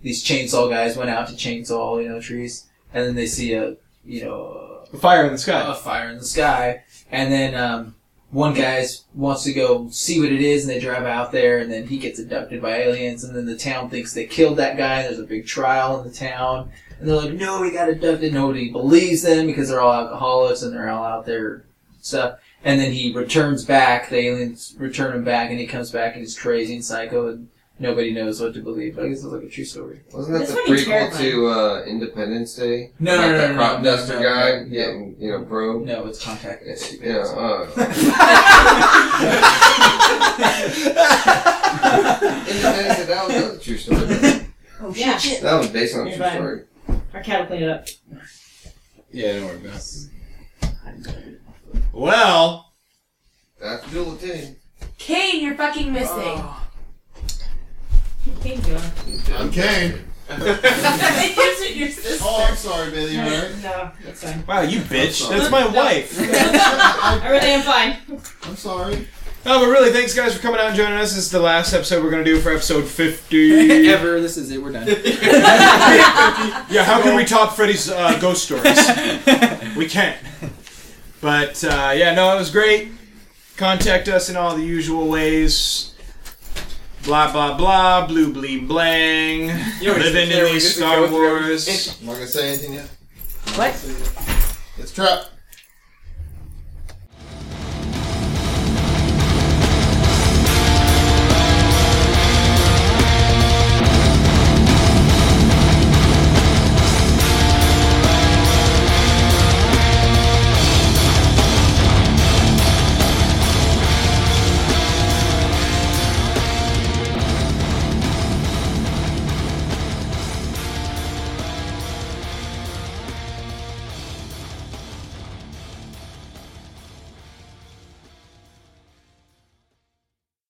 [SPEAKER 4] these chainsaw guys went out to chainsaw, you know, trees, and then they see a, you know,
[SPEAKER 5] Fire in the Sky.
[SPEAKER 4] a fire in the sky, and then um, one guy wants to go see what it is, and they drive out there, and then he gets abducted by aliens, and then the town thinks they killed that guy. And there's a big trial in the town, and they're like, "No, he got abducted." Nobody believes them because they're all alcoholics and they're all out there stuff. And then he returns back. The aliens return him back, and he comes back and he's crazy and psycho, and nobody knows what to believe. But I guess it's like a true story.
[SPEAKER 7] Wasn't that
[SPEAKER 6] That's
[SPEAKER 7] the
[SPEAKER 6] fucking
[SPEAKER 7] prequel
[SPEAKER 6] terrifying.
[SPEAKER 7] to uh, Independence Day?
[SPEAKER 4] No,
[SPEAKER 7] Like
[SPEAKER 4] no, no,
[SPEAKER 7] that
[SPEAKER 4] no,
[SPEAKER 7] crop
[SPEAKER 4] no, no,
[SPEAKER 7] duster
[SPEAKER 4] no,
[SPEAKER 7] guy
[SPEAKER 4] no.
[SPEAKER 7] getting you know bro.
[SPEAKER 4] No, it's contact. It's stupid.
[SPEAKER 7] Yeah.
[SPEAKER 6] (laughs)
[SPEAKER 7] Uh, Independence Day. That was a true story. That
[SPEAKER 6] Yeah,
[SPEAKER 7] was based on a
[SPEAKER 6] You're
[SPEAKER 7] true
[SPEAKER 6] fine.
[SPEAKER 7] story.
[SPEAKER 6] Oh, our cat will clean it up.
[SPEAKER 5] Yeah, don't worry about it. Well,
[SPEAKER 7] That's Bill Tin.
[SPEAKER 1] Kane, you're fucking missing. (laughs)
[SPEAKER 6] Thank you.
[SPEAKER 2] I'm Kane.
[SPEAKER 1] It's your sister.
[SPEAKER 2] Oh, I'm sorry, Bailey. You (laughs) alright?
[SPEAKER 6] No, it's fine.
[SPEAKER 5] (laughs) wow, you bitch. That's my wife.
[SPEAKER 2] I-
[SPEAKER 6] I really am fine.
[SPEAKER 2] I'm sorry.
[SPEAKER 5] Oh, but really, thanks guys for coming out and joining us. This is the last episode we're gonna do for episode 50.
[SPEAKER 4] Ever, this is it. We're done.
[SPEAKER 5] Yeah, how can we top Freddy's uh, ghost stories? we can't. But uh, yeah, no, it was great. Contact us in all the usual ways. Blah blah blah, blue blee blang.
[SPEAKER 4] know, we just
[SPEAKER 5] Living in
[SPEAKER 4] declare we
[SPEAKER 5] these
[SPEAKER 4] just
[SPEAKER 5] Star
[SPEAKER 4] go through
[SPEAKER 5] Wars.
[SPEAKER 2] I'm not gonna say anything yet.
[SPEAKER 4] What?
[SPEAKER 2] It's trap.